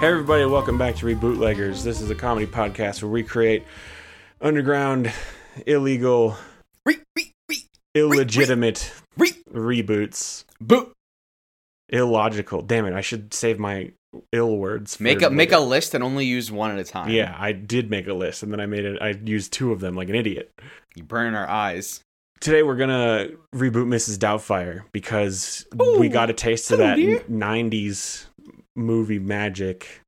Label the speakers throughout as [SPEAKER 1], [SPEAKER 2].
[SPEAKER 1] Hey, everybody, welcome back to Rebootleggers. This is a comedy podcast where we create underground, illegal,
[SPEAKER 2] Re- re- re-
[SPEAKER 1] illegitimate
[SPEAKER 2] re-
[SPEAKER 1] reboots.
[SPEAKER 2] boot.
[SPEAKER 1] Illogical. Damn it, I should save my ill words. for
[SPEAKER 2] Make a make a
[SPEAKER 1] later.
[SPEAKER 2] list and only use one at a time.
[SPEAKER 1] Yeah, I did make a list and then I made it. I used two of them like an idiot.
[SPEAKER 2] You burn our eyes.
[SPEAKER 1] Today we're gonna reboot Mrs. Doubtfire because we
[SPEAKER 2] Ooh.
[SPEAKER 1] got a taste of
[SPEAKER 2] Hello,
[SPEAKER 1] that
[SPEAKER 2] dear.
[SPEAKER 1] '90s movie magic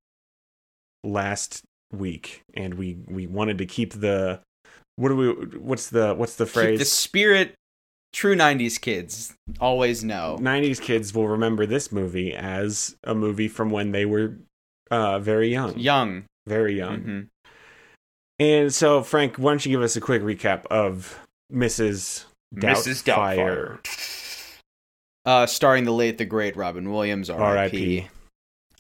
[SPEAKER 1] last week, and we we wanted to keep the what do we what's the what's the
[SPEAKER 2] Keep the
[SPEAKER 1] phrase
[SPEAKER 2] spirit true 90s kids always know.
[SPEAKER 1] '90s kids will remember this movie as a movie from when they were uh, very young,
[SPEAKER 2] Young.
[SPEAKER 1] very young.
[SPEAKER 2] Mhm.
[SPEAKER 1] And so, Frank, why don't you give us a quick recap of Mrs.
[SPEAKER 2] Mrs. Doubtfire. Uh starring the late the great Robin Williams
[SPEAKER 1] R.I.P.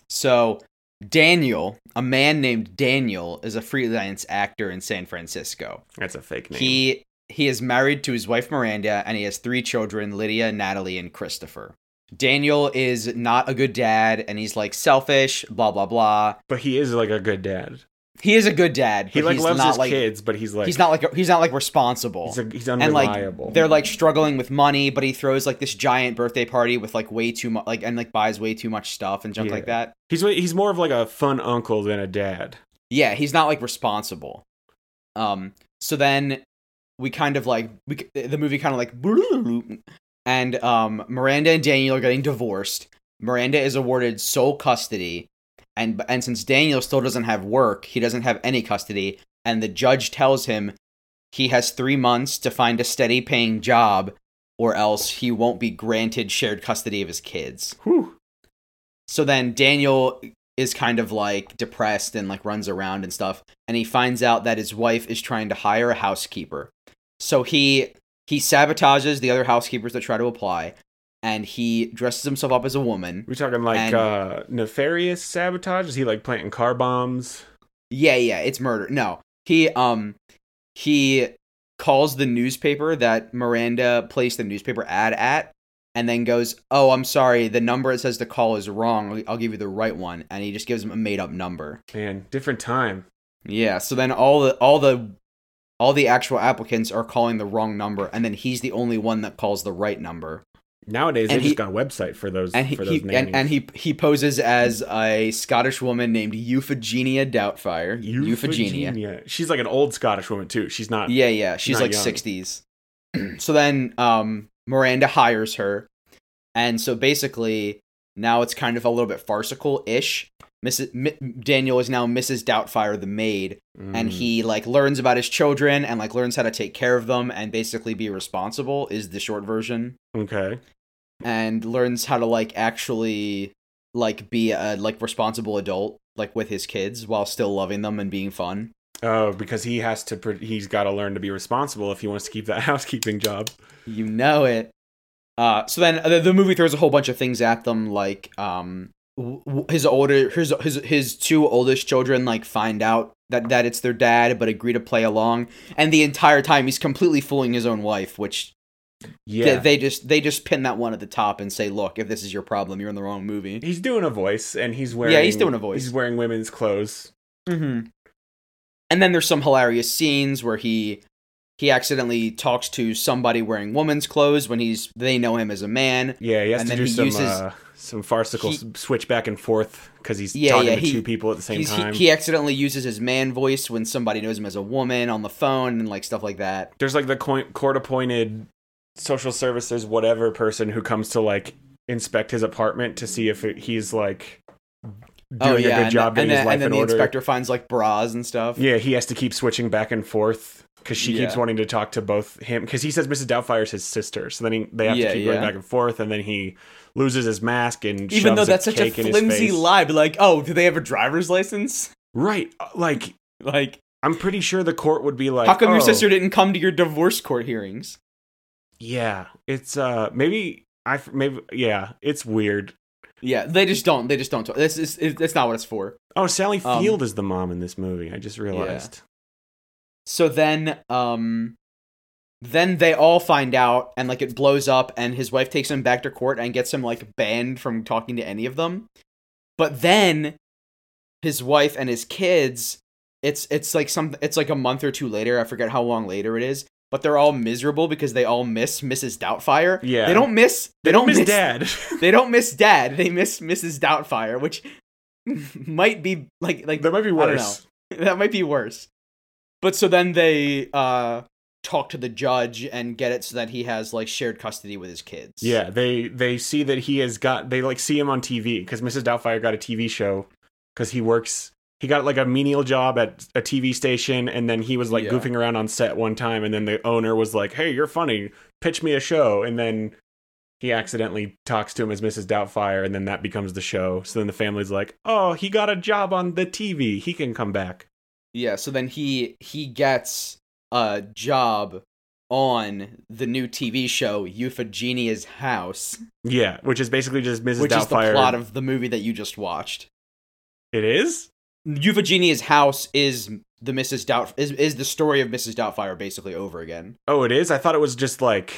[SPEAKER 2] So, Daniel, a man named Daniel is a freelance actor in San Francisco.
[SPEAKER 1] That's a fake name.
[SPEAKER 2] He he is married to his wife Miranda and he has three children, Lydia, Natalie, and Christopher. Daniel is not a good dad and he's like selfish, blah blah blah.
[SPEAKER 1] but he is like a good dad.
[SPEAKER 2] He is a good dad.
[SPEAKER 1] He
[SPEAKER 2] but
[SPEAKER 1] like
[SPEAKER 2] he's
[SPEAKER 1] loves
[SPEAKER 2] not
[SPEAKER 1] his
[SPEAKER 2] like,
[SPEAKER 1] kids, but he's like
[SPEAKER 2] he's not like he's not like responsible.
[SPEAKER 1] he's, like, he's
[SPEAKER 2] and
[SPEAKER 1] unreliable.
[SPEAKER 2] like they're like struggling with money, but he throws like this giant birthday party with like way too much like and like buys way too much stuff and junk
[SPEAKER 1] Yeah.
[SPEAKER 2] like that.
[SPEAKER 1] he's wa- he's more of like a fun uncle than a dad.
[SPEAKER 2] Yeah, he's not like responsible. Um so then we kind of like we, c- the movie kind of like and um Miranda and Daniel are getting divorced. Miranda is awarded sole custody and and since Daniel still doesn't have work, he doesn't have any custody and the judge tells him he has 3 months to find a steady paying job or else he won't be granted shared custody of his kids.
[SPEAKER 1] Whew.
[SPEAKER 2] So then Daniel is kind of like depressed and like runs around and stuff and he finds out that his wife is trying to hire a housekeeper. So he he sabotages the other housekeepers that try to apply and he dresses himself up as a woman.
[SPEAKER 1] We talking like
[SPEAKER 2] And-
[SPEAKER 1] uh nefarious sabotage? Is he like planting car bombs?
[SPEAKER 2] Yeah, yeah, it's murder. No. He um he calls the newspaper that Miranda placed the newspaper ad at and then goes, "Oh, I'm sorry, the number it says to call is wrong. I'll give you the right one." And he just gives him a made-up number.
[SPEAKER 1] Man, different time.
[SPEAKER 2] Yeah. So then all the all the all the actual applicants are calling the wrong number, and then he's the only one that calls the right number.
[SPEAKER 1] Nowadays they
[SPEAKER 2] And
[SPEAKER 1] just
[SPEAKER 2] he-
[SPEAKER 1] got a website for those
[SPEAKER 2] And he,
[SPEAKER 1] for those
[SPEAKER 2] he
[SPEAKER 1] names.
[SPEAKER 2] and, and he he poses as a Scottish woman named Euphigenia Doubtfire. Euphigenia.
[SPEAKER 1] Euphigenia. She's like an old Scottish woman too. She's not
[SPEAKER 2] Yeah, yeah. She's
[SPEAKER 1] Not
[SPEAKER 2] like
[SPEAKER 1] young.
[SPEAKER 2] sixties. so then um Miranda hires her. And so basically now it's kind of a little bit farcical ish. Mrs. M- Daniel is now Mrs. Doubtfire the maid, and
[SPEAKER 1] Mm.
[SPEAKER 2] he like learns about his children and like learns how to take care of them and basically be responsible is the short version
[SPEAKER 1] Okay.
[SPEAKER 2] and learns how to like actually like be a like responsible adult like with his kids while still loving them and being fun
[SPEAKER 1] Oh, because he has to pr- he's got to learn to be responsible if he wants to keep that housekeeping job.
[SPEAKER 2] you know it uh so then the, the movie throws a whole bunch of things at them like um w- w- his older his his his two oldest children like find out that that it's their dad but agree to play along and the entire time he's completely fooling his own wife which
[SPEAKER 1] Yeah.
[SPEAKER 2] They, they just they just pin that one at the top and say, "Look, if this is your problem, you're in the wrong movie."
[SPEAKER 1] He's doing a voice, and he's wearing.
[SPEAKER 2] Yeah, he's doing a voice.
[SPEAKER 1] He's wearing women's clothes.
[SPEAKER 2] Mm-hmm. And then there's some hilarious scenes where he he accidentally talks to somebody wearing woman's clothes when he's they know him as a man.
[SPEAKER 1] Yeah, he has
[SPEAKER 2] And
[SPEAKER 1] to
[SPEAKER 2] then
[SPEAKER 1] do
[SPEAKER 2] he
[SPEAKER 1] some
[SPEAKER 2] uses-
[SPEAKER 1] uh, some farcical
[SPEAKER 2] he-
[SPEAKER 1] s switch back and forth because he's
[SPEAKER 2] Yeah,
[SPEAKER 1] talking
[SPEAKER 2] yeah,
[SPEAKER 1] to
[SPEAKER 2] he-
[SPEAKER 1] two people at the same
[SPEAKER 2] He's, he,
[SPEAKER 1] time.
[SPEAKER 2] he accidentally uses his man voice when somebody knows him as a woman on the phone and like stuff like that.
[SPEAKER 1] There's like the coin- court-appointed social services whatever person who comes to like inspect his apartment to see if it, he's like doing
[SPEAKER 2] oh yeah,
[SPEAKER 1] a good
[SPEAKER 2] and
[SPEAKER 1] job,
[SPEAKER 2] then,
[SPEAKER 1] getting
[SPEAKER 2] and
[SPEAKER 1] his
[SPEAKER 2] then,
[SPEAKER 1] life
[SPEAKER 2] and then
[SPEAKER 1] in
[SPEAKER 2] the
[SPEAKER 1] order.
[SPEAKER 2] inspector finds like bras and stuff.
[SPEAKER 1] Yeah, he has to keep switching back and forth because she keeps
[SPEAKER 2] Yeah.
[SPEAKER 1] wanting to talk to both him because he says Mrs. Doubtfire's his sister, so then he, they have
[SPEAKER 2] Yeah,
[SPEAKER 1] to keep going
[SPEAKER 2] yeah.
[SPEAKER 1] back and forth, and then he loses his mask and
[SPEAKER 2] Even though
[SPEAKER 1] shoves
[SPEAKER 2] that's
[SPEAKER 1] a
[SPEAKER 2] such a
[SPEAKER 1] cake in his
[SPEAKER 2] flimsy
[SPEAKER 1] face.
[SPEAKER 2] lie, but like, oh, do they have a driver's license?
[SPEAKER 1] Right, like
[SPEAKER 2] Like,
[SPEAKER 1] I'm pretty sure the court would be like,
[SPEAKER 2] how come your
[SPEAKER 1] "Oh,
[SPEAKER 2] sister didn't come to your divorce court hearings?
[SPEAKER 1] Yeah, it's uh maybe I f- maybe yeah, it's weird.
[SPEAKER 2] Yeah, they just don't. They just don't. Talk. This is it- that's not what it's for.
[SPEAKER 1] Oh, Sally
[SPEAKER 2] Um,
[SPEAKER 1] Field is the mom in this movie. I just realized.
[SPEAKER 2] So then, um, then they all find out, and like it blows up, and his wife takes him back to court and gets him like banned from talking to any of them. But then his wife and his kids. It's it's like some it's like a month or two later. I forget how long later it is, but they're all miserable because they all miss Mrs. Doubtfire.
[SPEAKER 1] Yeah.
[SPEAKER 2] they don't miss they, don't,
[SPEAKER 1] miss
[SPEAKER 2] miss
[SPEAKER 1] dad.
[SPEAKER 2] They don't miss Dad. They miss Mrs. Doubtfire, which might be like like
[SPEAKER 1] that might be
[SPEAKER 2] don't
[SPEAKER 1] worse.
[SPEAKER 2] that might be worse. But so then they uh talk to the judge and get it so that he has like shared custody with his kids.
[SPEAKER 1] Yeah, they they see that he has got they like see him on TV because Mrs. Doubtfire got a TV show because he works he got like a menial job at a TV station and then he was like
[SPEAKER 2] Yeah.
[SPEAKER 1] goofing around on set one time and then the owner was like, "Hey, you're funny, pitch me a show," and then he accidentally talks to him as Mrs. Doubtfire and then that becomes the show. So then the family's like, "Oh, he got a job on the TV. He can come back."
[SPEAKER 2] Yeah, so then he he gets a job on the new TV show Euphogenia's House,
[SPEAKER 1] Yeah, which is basically just Mrs.
[SPEAKER 2] which
[SPEAKER 1] Doubtfire.
[SPEAKER 2] is the plot of the movie that you just watched.
[SPEAKER 1] it is.
[SPEAKER 2] Euphogenia's House is the Mrs. Doubt is is the story of Mrs. Doubtfire basically over again.
[SPEAKER 1] Oh, it is. I thought it was just like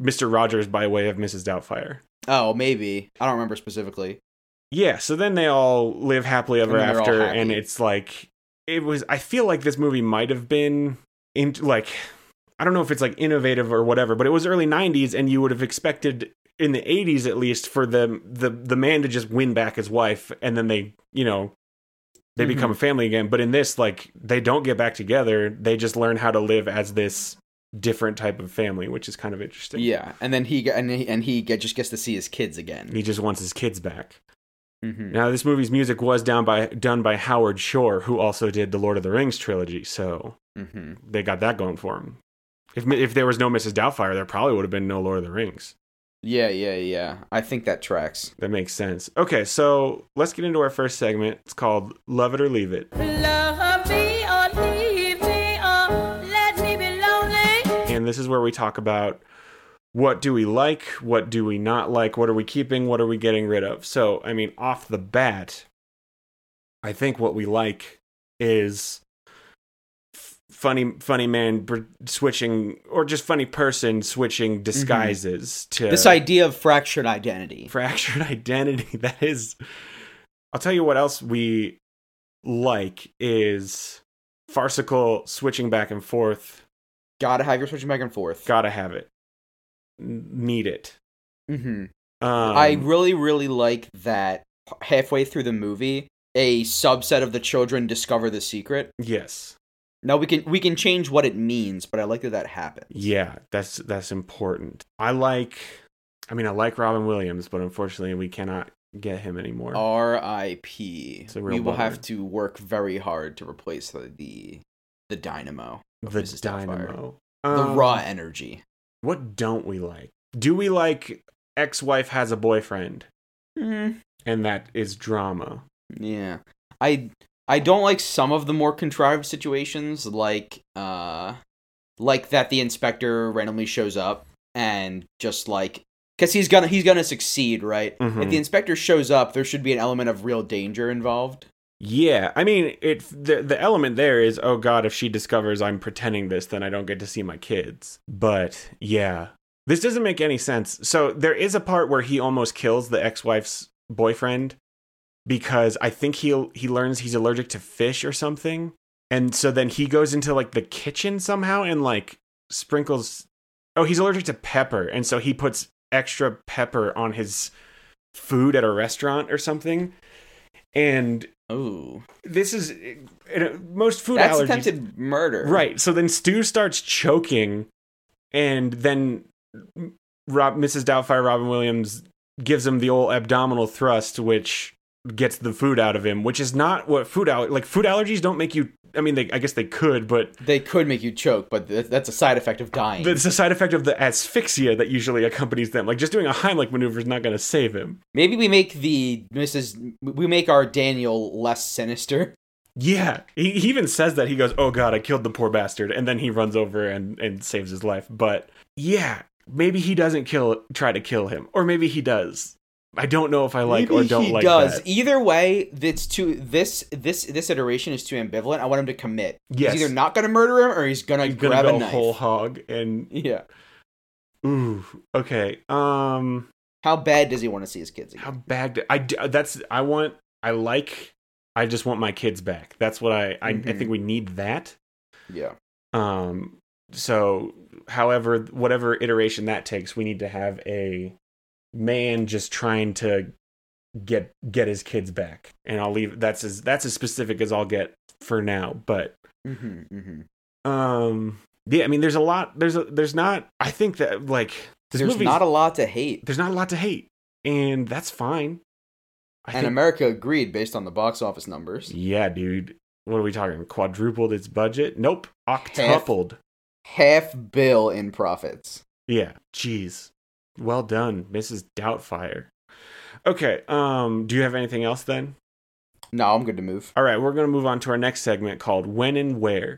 [SPEAKER 1] Mr. Rogers by way of Mrs. Doubtfire.
[SPEAKER 2] Oh, maybe. I don't remember specifically.
[SPEAKER 1] Yeah, so then they all live happily ever
[SPEAKER 2] And then they're all
[SPEAKER 1] after,
[SPEAKER 2] happy.
[SPEAKER 1] and it's like it was. I feel like this movie might have been in like I don't know if it's like innovative or whatever, but it was early '90s, and you would have expected in the '80s at least for the the the man to just win back his wife, and then they you know they
[SPEAKER 2] Mhm.
[SPEAKER 1] become a family again. But in this, like they don't get back together; they just learn how to live as this different type of family, which is kind of interesting.
[SPEAKER 2] Yeah, and then he get- and he, and he get, just gets to see his kids again.
[SPEAKER 1] He just wants his kids back.
[SPEAKER 2] hmm
[SPEAKER 1] Now, this movie's music was down by done by Howard Shore, who also did the Lord of the Rings trilogy, so
[SPEAKER 2] hmm
[SPEAKER 1] they got that going for him. If if there was no Mrs. Doubtfire, there probably would have been no Lord of the Rings.
[SPEAKER 2] Yeah, yeah, yeah. I think that tracks.
[SPEAKER 1] That makes sense. Okay, so let's get into our first segment. It's called Love It or Leave It,
[SPEAKER 3] Love me or leave me or let me be lonely.
[SPEAKER 1] and this is where we talk about what do we like, what do we not like, what are we keeping, what are we getting rid of. So, I mean, off the bat, I think what we like is f- funny funny man br- switching or just funny person switching disguises to
[SPEAKER 2] This idea of fractured identity.
[SPEAKER 1] fractured identity that is I'll tell you what else we like is farcical switching back and forth
[SPEAKER 2] Gotta have your switching back and forth.
[SPEAKER 1] gotta have it N- need it
[SPEAKER 2] hmm
[SPEAKER 1] um,
[SPEAKER 2] I really, really like that halfway through the movie, a subset of the children discover the secret.
[SPEAKER 1] yes
[SPEAKER 2] Now we can we can change what it means, but I like that that happened.
[SPEAKER 1] yeah that's that's important I like I mean I like Robin Williams but unfortunately we cannot get him anymore
[SPEAKER 2] Oh, R.I.P.
[SPEAKER 1] It's a real
[SPEAKER 2] We will
[SPEAKER 1] bummer.
[SPEAKER 2] have to work very hard to replace the the, the dynamo,
[SPEAKER 1] the
[SPEAKER 2] Mrs. Doubtfire.
[SPEAKER 1] dynamo
[SPEAKER 2] the
[SPEAKER 1] Um,
[SPEAKER 2] raw energy.
[SPEAKER 1] what don't we like do we like ex-wife has a boyfriend hmm.
[SPEAKER 2] Mm,
[SPEAKER 1] and that is drama
[SPEAKER 2] Yeah. I I don't like some of the more contrived situations like uh like that the inspector randomly shows up and just like cuz he's going to he's going to succeed, right? If
[SPEAKER 1] Mhm.
[SPEAKER 2] the inspector shows up, there should be an element of real danger involved.
[SPEAKER 1] Yeah, I mean, it the the element there is, oh god, if she discovers I'm pretending this, then I don't get to see my kids. But yeah, this doesn't make any sense. So there is a part where he almost kills the ex-wife's boyfriend because I think he he learns he's allergic to fish or something, and so then he goes into like the kitchen somehow and like sprinkles. Oh, he's allergic to pepper, and so he puts extra pepper on his food at a restaurant or something, and
[SPEAKER 2] Ooh.
[SPEAKER 1] this is uh, most food
[SPEAKER 2] That's
[SPEAKER 1] allergies.
[SPEAKER 2] attempted murder.
[SPEAKER 1] Right. So then Stu starts choking, and then Rob, Mrs. Doubtfire, Robin Williams gives him the old abdominal thrust, which gets the food out of him, which is not what food aller- like food allergies don't make you. I mean, they, I guess they could, but
[SPEAKER 2] They could make you choke, but th- that's a side effect of dying.
[SPEAKER 1] it's a side effect of the asphyxia that usually accompanies them. Like just doing a Heimlich maneuver is not going to save him.
[SPEAKER 2] Maybe we make the Mrs. We make our Daniel less sinister.
[SPEAKER 1] Yeah, he, he even says that he goes, "Oh God, I killed the poor bastard," and then he runs over and and saves his life. But yeah, maybe he doesn't kill, try to kill him, or maybe he does. I don't know if I like
[SPEAKER 2] Maybe
[SPEAKER 1] or don't
[SPEAKER 2] he
[SPEAKER 1] like
[SPEAKER 2] does.
[SPEAKER 1] that.
[SPEAKER 2] Either way, that's too this this this iteration is too ambivalent. I want him to commit.
[SPEAKER 1] Yes.
[SPEAKER 2] He's either not gonna murder him or he's gonna
[SPEAKER 1] He's gonna
[SPEAKER 2] grab
[SPEAKER 1] go
[SPEAKER 2] a knife.
[SPEAKER 1] whole hog and
[SPEAKER 2] Yeah.
[SPEAKER 1] ooh, okay. Um,
[SPEAKER 2] How bad does he want to see his kids again?
[SPEAKER 1] how bad? do- I d- that's I want. I like I just want my kids back. That's what I I, I
[SPEAKER 2] Mhm.
[SPEAKER 1] think we need that.
[SPEAKER 2] Yeah.
[SPEAKER 1] Um so however whatever iteration that takes, we need to have a man just trying to get get his kids back. And I'll leave that's as that's as specific as I'll get for now, but
[SPEAKER 2] Mm-hmm, mm-hmm.
[SPEAKER 1] um yeah i mean there's a lot there's a there's not i think that like this
[SPEAKER 2] There's
[SPEAKER 1] movie's-
[SPEAKER 2] not a lot to hate,
[SPEAKER 1] there's not a lot to hate and that's fine I
[SPEAKER 2] and America agreed based on the box office numbers.
[SPEAKER 1] yeah dude what are we talking quadrupled its budget nope octupled
[SPEAKER 2] Half bill in profits.
[SPEAKER 1] yeah jeez well done mrs doubtfire okay um do you have anything else then
[SPEAKER 2] No, I'm good to move.
[SPEAKER 1] all right we're gonna move on to our next segment called when and where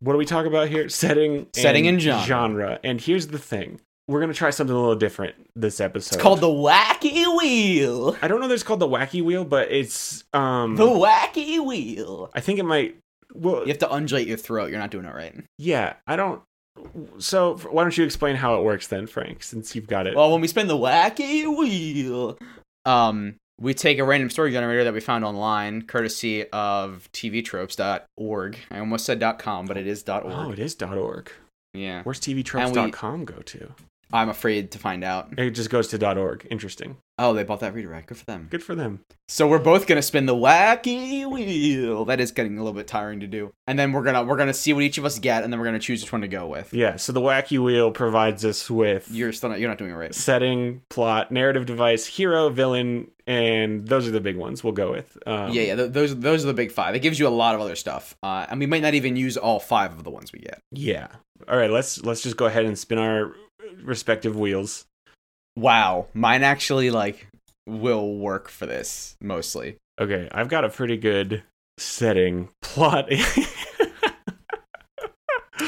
[SPEAKER 1] what do we talk about here? Setting,
[SPEAKER 2] Setting and genre.
[SPEAKER 1] genre. And here's the thing: we're gonna try something a little different this episode.
[SPEAKER 2] It's called the Wacky Wheel.
[SPEAKER 1] I don't know. If it's called the wacky wheel, but it's um.
[SPEAKER 2] The Wacky Wheel.
[SPEAKER 1] I think it might. Well,
[SPEAKER 2] Mm. You have to undulate your throat. You're not doing it right.
[SPEAKER 1] yeah. I don't. So why don't you explain how it works then, Frank? Since you've got it.
[SPEAKER 2] Well, when we spin the wacky wheel, um, we take a random story generator that we found online, courtesy of tvtropes.org. I almost said .com, but it is .org.
[SPEAKER 1] oh, it is .org.
[SPEAKER 2] yeah.
[SPEAKER 1] Where's
[SPEAKER 2] And we-
[SPEAKER 1] tvtropes.com go to?
[SPEAKER 2] I'm afraid to find out.
[SPEAKER 1] It just goes to .org. Interesting.
[SPEAKER 2] Oh, they bought that redirect. Good for them.
[SPEAKER 1] Good for them.
[SPEAKER 2] So we're both gonna spin the wacky wheel. That is getting a little bit tiring to do. And then we're gonna we're gonna see what each of us get, and then we're gonna choose which one to go with.
[SPEAKER 1] Yeah. So the wacky wheel provides us with
[SPEAKER 2] You're still not you're not doing it right.
[SPEAKER 1] setting, plot, narrative device, hero, villain, and those are the big ones we'll go with. Um,
[SPEAKER 2] yeah, yeah. Th- those those are the big five. It gives you a lot of other stuff, uh, and we might not even use all five of the ones we get.
[SPEAKER 1] yeah. All right, let's let's just go ahead and spin our respective wheels.
[SPEAKER 2] Wow, mine actually like will work for this mostly.
[SPEAKER 1] Okay, I've got a pretty good setting plot.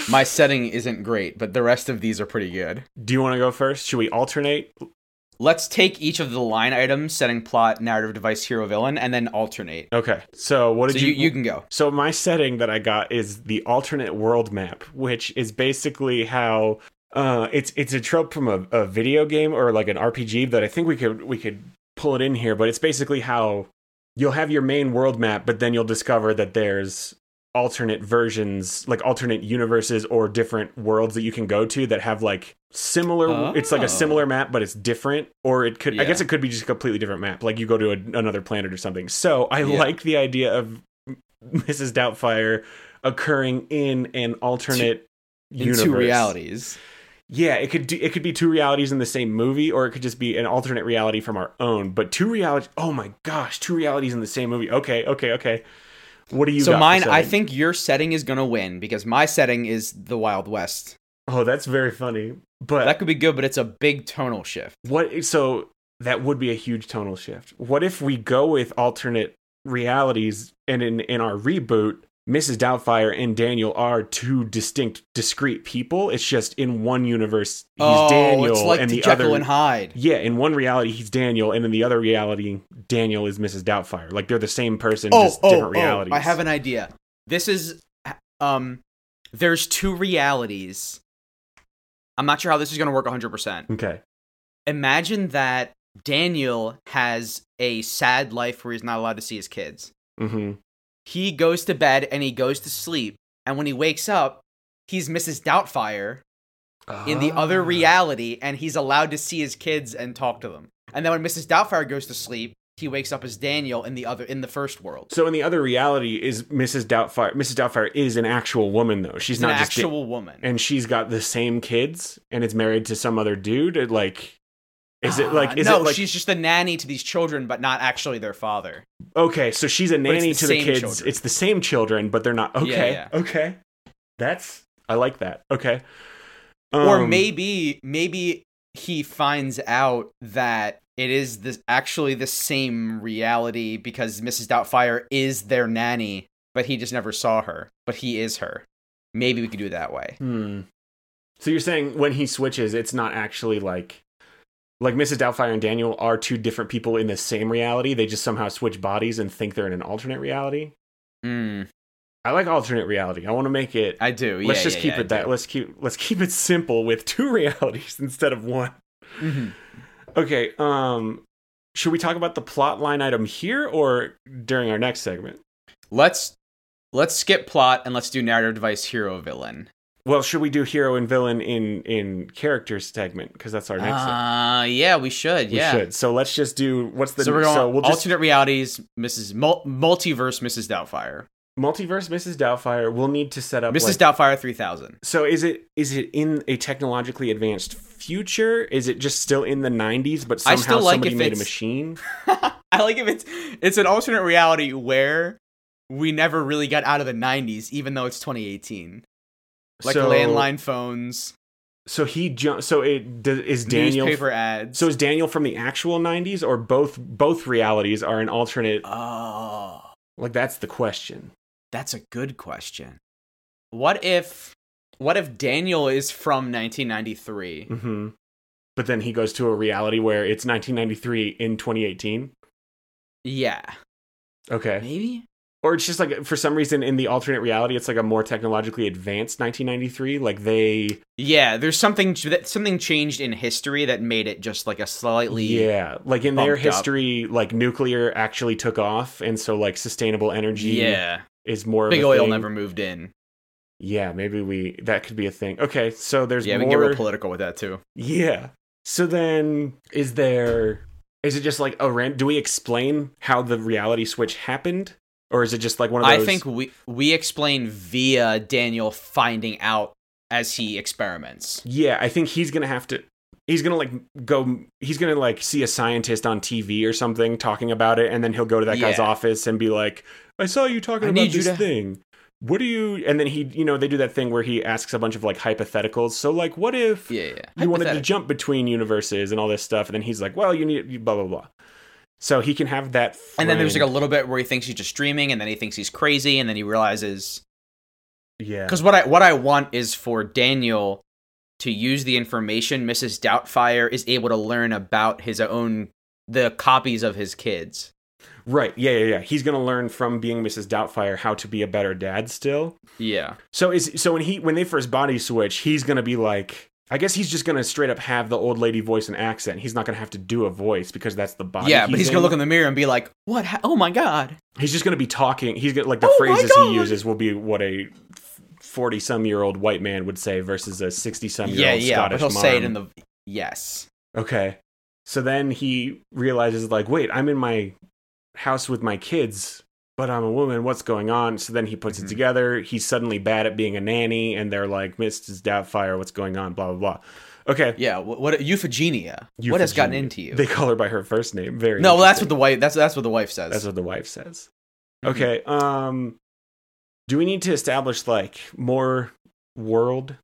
[SPEAKER 2] My setting isn't great, but the rest of these are pretty good.
[SPEAKER 1] Do you want to go first? Should we alternate?
[SPEAKER 2] Let's take each of the line items, setting, plot, narrative device, hero, villain, and then alternate.
[SPEAKER 1] Okay. So what
[SPEAKER 2] So
[SPEAKER 1] did
[SPEAKER 2] you,
[SPEAKER 1] you,
[SPEAKER 2] you can go.
[SPEAKER 1] So my setting that I got is the alternate world map, which is basically how uh, it's it's a trope from a, a video game or like an RPG that I think we could we could pull it in here, but it's basically how you'll have your main world map, but then you'll discover that there's alternate versions, like alternate universes or different worlds that you can go to that have like similar it's like
[SPEAKER 2] Oh.
[SPEAKER 1] a similar map but it's different or it could I guess
[SPEAKER 2] Yeah.
[SPEAKER 1] it could be just a completely different map like you go to a, another planet or something. So I
[SPEAKER 2] Yeah.
[SPEAKER 1] like the idea of Mrs. Doubtfire occurring in an alternate universe.
[SPEAKER 2] Into realities.
[SPEAKER 1] Yeah, it could do, it could be two realities in the same movie, or it could just be an alternate reality from our own. But two realities. Oh my gosh, two realities in the same movie. Okay, okay, okay. What do you? got
[SPEAKER 2] so
[SPEAKER 1] for
[SPEAKER 2] mine, I
[SPEAKER 1] setting?
[SPEAKER 2] think your setting is gonna win because my setting is the Wild West.
[SPEAKER 1] Oh, that's very funny. But
[SPEAKER 2] That could be good, but it's a big tonal shift.
[SPEAKER 1] what? So that would be a huge tonal shift. What if we go with alternate realities, and in in our reboot, Mrs. Doubtfire and Daniel are two distinct, discrete people. It's just in one universe, he's
[SPEAKER 2] oh,
[SPEAKER 1] Daniel,
[SPEAKER 2] it's like
[SPEAKER 1] and the
[SPEAKER 2] Jekyll
[SPEAKER 1] other
[SPEAKER 2] and Hyde.
[SPEAKER 1] Yeah, in one reality he's Daniel, and in the other reality, Daniel is Mrs. Doubtfire. Like they're the same person,
[SPEAKER 2] Oh,
[SPEAKER 1] just
[SPEAKER 2] oh,
[SPEAKER 1] different
[SPEAKER 2] oh,
[SPEAKER 1] realities.
[SPEAKER 2] I have an idea. This is, um, there's two realities. I'm not sure how this is gonna work 100. percent
[SPEAKER 1] Okay.
[SPEAKER 2] Imagine that Daniel has a sad life where he's not allowed to see his kids.
[SPEAKER 1] Mm-hmm.
[SPEAKER 2] He goes to bed and he goes to sleep, and when he wakes up, he's Mrs. Doubtfire. in the other
[SPEAKER 1] Ah.
[SPEAKER 2] reality and he's allowed to see his kids and talk to them. And then when Mrs. Doubtfire goes to sleep, he wakes up as Daniel in the other in the first world.
[SPEAKER 1] So in the other reality is Mrs. Doubtfire. Mrs. Doubtfire is an actual woman though. She's
[SPEAKER 2] She's an
[SPEAKER 1] not just
[SPEAKER 2] actual woman.
[SPEAKER 1] and she's got the same kids and is married to some other dude. It, Like, is it
[SPEAKER 2] Ah,
[SPEAKER 1] like is
[SPEAKER 2] no,
[SPEAKER 1] it like
[SPEAKER 2] she's just a nanny to these children, but not actually their father.
[SPEAKER 1] okay? So she's a
[SPEAKER 2] But it's
[SPEAKER 1] nanny
[SPEAKER 2] the
[SPEAKER 1] to the
[SPEAKER 2] same
[SPEAKER 1] kids.
[SPEAKER 2] children.
[SPEAKER 1] It's the same children, but they're not okay.
[SPEAKER 2] yeah.
[SPEAKER 1] Okay, that's I like that. Okay,
[SPEAKER 2] or
[SPEAKER 1] Um,
[SPEAKER 2] maybe maybe he finds out that it is this actually the same reality because Mrs. Doubtfire is their nanny, but he just never saw her. But he is her. Maybe we could do it that way.
[SPEAKER 1] Hmm. So you're saying when he switches, it's not actually like like Mrs. Doubtfire and Daniel are two different people in the same reality. They just somehow switch bodies and think they're in an alternate reality.
[SPEAKER 2] Mm,
[SPEAKER 1] I like alternate reality. I want to make it.
[SPEAKER 2] I do.
[SPEAKER 1] let's
[SPEAKER 2] yeah,
[SPEAKER 1] just
[SPEAKER 2] yeah,
[SPEAKER 1] keep
[SPEAKER 2] yeah, I
[SPEAKER 1] it that.
[SPEAKER 2] do.
[SPEAKER 1] Let's keep let's keep it simple with two realities instead of one.
[SPEAKER 2] Mhm.
[SPEAKER 1] Okay. Um, should we talk about the plot line item here or during our next segment?
[SPEAKER 2] Let's let's skip plot and let's do narrative device hero villain.
[SPEAKER 1] Well, should we do hero and villain in in character segment because that's our next. segment.
[SPEAKER 2] Uh, yeah, we should.
[SPEAKER 1] We
[SPEAKER 2] yeah.
[SPEAKER 1] should. So let's just do what's the
[SPEAKER 2] so we're going
[SPEAKER 1] so we'll just
[SPEAKER 2] alternate realities, Mrs. Mul- multiverse, Mrs. Doubtfire,
[SPEAKER 1] multiverse Mrs. Doubtfire. We'll need to set up
[SPEAKER 2] Mrs.
[SPEAKER 1] like-
[SPEAKER 2] Doubtfire three thousand.
[SPEAKER 1] So is it is it in a technologically advanced future? Is it just still in the 90s but
[SPEAKER 2] I
[SPEAKER 1] somehow
[SPEAKER 2] still like
[SPEAKER 1] somebody
[SPEAKER 2] if
[SPEAKER 1] made a
[SPEAKER 2] it's-
[SPEAKER 1] machine?
[SPEAKER 2] I like if it's it's an alternate reality where we never really got out of the '90s, even though it's 2018. Like
[SPEAKER 1] so,
[SPEAKER 2] landline phones,
[SPEAKER 1] So he jump so it d- is Daniel
[SPEAKER 2] newspaper ads.
[SPEAKER 1] So is Daniel from the actual 90s or both both realities are an alternate
[SPEAKER 2] oh,
[SPEAKER 1] like that's the question.
[SPEAKER 2] that's a good question. What if what if Daniel is from 1993?
[SPEAKER 1] Mhm. But then he goes to a reality where it's 1993 in 2018.
[SPEAKER 2] Yeah,
[SPEAKER 1] Okay.
[SPEAKER 2] maybe.
[SPEAKER 1] Or it's just like for some reason in the alternate reality it's like a more technologically advanced 1993 like they
[SPEAKER 2] Yeah, there's something that something changed in history that made it just like a slightly
[SPEAKER 1] yeah like in their
[SPEAKER 2] bumped up.
[SPEAKER 1] history like nuclear actually took off and so like sustainable energy
[SPEAKER 2] yeah.
[SPEAKER 1] is more
[SPEAKER 2] Big
[SPEAKER 1] of a
[SPEAKER 2] oil
[SPEAKER 1] thing.
[SPEAKER 2] never moved in.
[SPEAKER 1] yeah maybe we that could be a thing okay so there's
[SPEAKER 2] yeah, we can get
[SPEAKER 1] more
[SPEAKER 2] real political with that too.
[SPEAKER 1] yeah so then is there is it just like a ran do we explain how the reality switch happened or is it just like one of
[SPEAKER 2] I
[SPEAKER 1] those
[SPEAKER 2] think we we explain via Daniel finding out as he experiments.
[SPEAKER 1] yeah i think he's gonna have to he's gonna like go he's gonna like see a scientist on tv or something talking about it and then he'll go to that guy's
[SPEAKER 2] Yeah.
[SPEAKER 1] office and be like i saw you talking
[SPEAKER 2] I
[SPEAKER 1] about
[SPEAKER 2] need you
[SPEAKER 1] this
[SPEAKER 2] to-
[SPEAKER 1] thing what do you and then he you know they do that thing where he asks a bunch of like hypotheticals so like what if
[SPEAKER 2] Yeah, yeah.
[SPEAKER 1] you wanted to
[SPEAKER 2] Hypothetical.
[SPEAKER 1] jump between universes and all this stuff and then he's like well you need you- blah blah blah so he can have that
[SPEAKER 2] and then there's like a
[SPEAKER 1] framed.
[SPEAKER 2] little bit where he thinks he's just dreaming, and then he thinks he's crazy, and then he realizes
[SPEAKER 1] yeah
[SPEAKER 2] because what I what I want is for Daniel to use the information Mrs. Doubtfire is able to learn about his own the copies of his kids.
[SPEAKER 1] right yeah yeah yeah he's gonna learn from being mrs doubtfire how to be a better dad still
[SPEAKER 2] Yeah,
[SPEAKER 1] So is so when he when they first body switch, he's gonna be like I guess he's just gonna straight up have the old lady voice and accent. He's not gonna have to do a voice because that's the body.
[SPEAKER 2] yeah. But he's gonna look
[SPEAKER 1] in.
[SPEAKER 2] in the mirror and be like, "What? Ha- oh my god!"
[SPEAKER 1] He's just gonna be talking. He's gonna like the
[SPEAKER 2] Oh my
[SPEAKER 1] phrases he
[SPEAKER 2] God.
[SPEAKER 1] uses will be what a forty some year old white man would say versus a sixty some year
[SPEAKER 2] Yeah,
[SPEAKER 1] old
[SPEAKER 2] yeah.
[SPEAKER 1] Scottish
[SPEAKER 2] but he'll
[SPEAKER 1] mom.
[SPEAKER 2] say it in the yes.
[SPEAKER 1] okay. So then he realizes like, wait, I'm in my house with my kids. But I'm a woman. What's going on? So then he puts it
[SPEAKER 2] Mhm.
[SPEAKER 1] together. He's suddenly bad at being a nanny, and they're like, "Mrs. Doubtfire, what's going on?" Blah blah blah. Okay,
[SPEAKER 2] Yeah, what, what Euphogenia? What has gotten
[SPEAKER 1] Euphigenia.
[SPEAKER 2] into you?
[SPEAKER 1] They call her by her first name. Very
[SPEAKER 2] no, well, that's what
[SPEAKER 1] interesting.
[SPEAKER 2] the wife. That's that's what the wife says.
[SPEAKER 1] that's what the wife says.
[SPEAKER 2] Mhm.
[SPEAKER 1] Okay. Um, do we need to establish like more world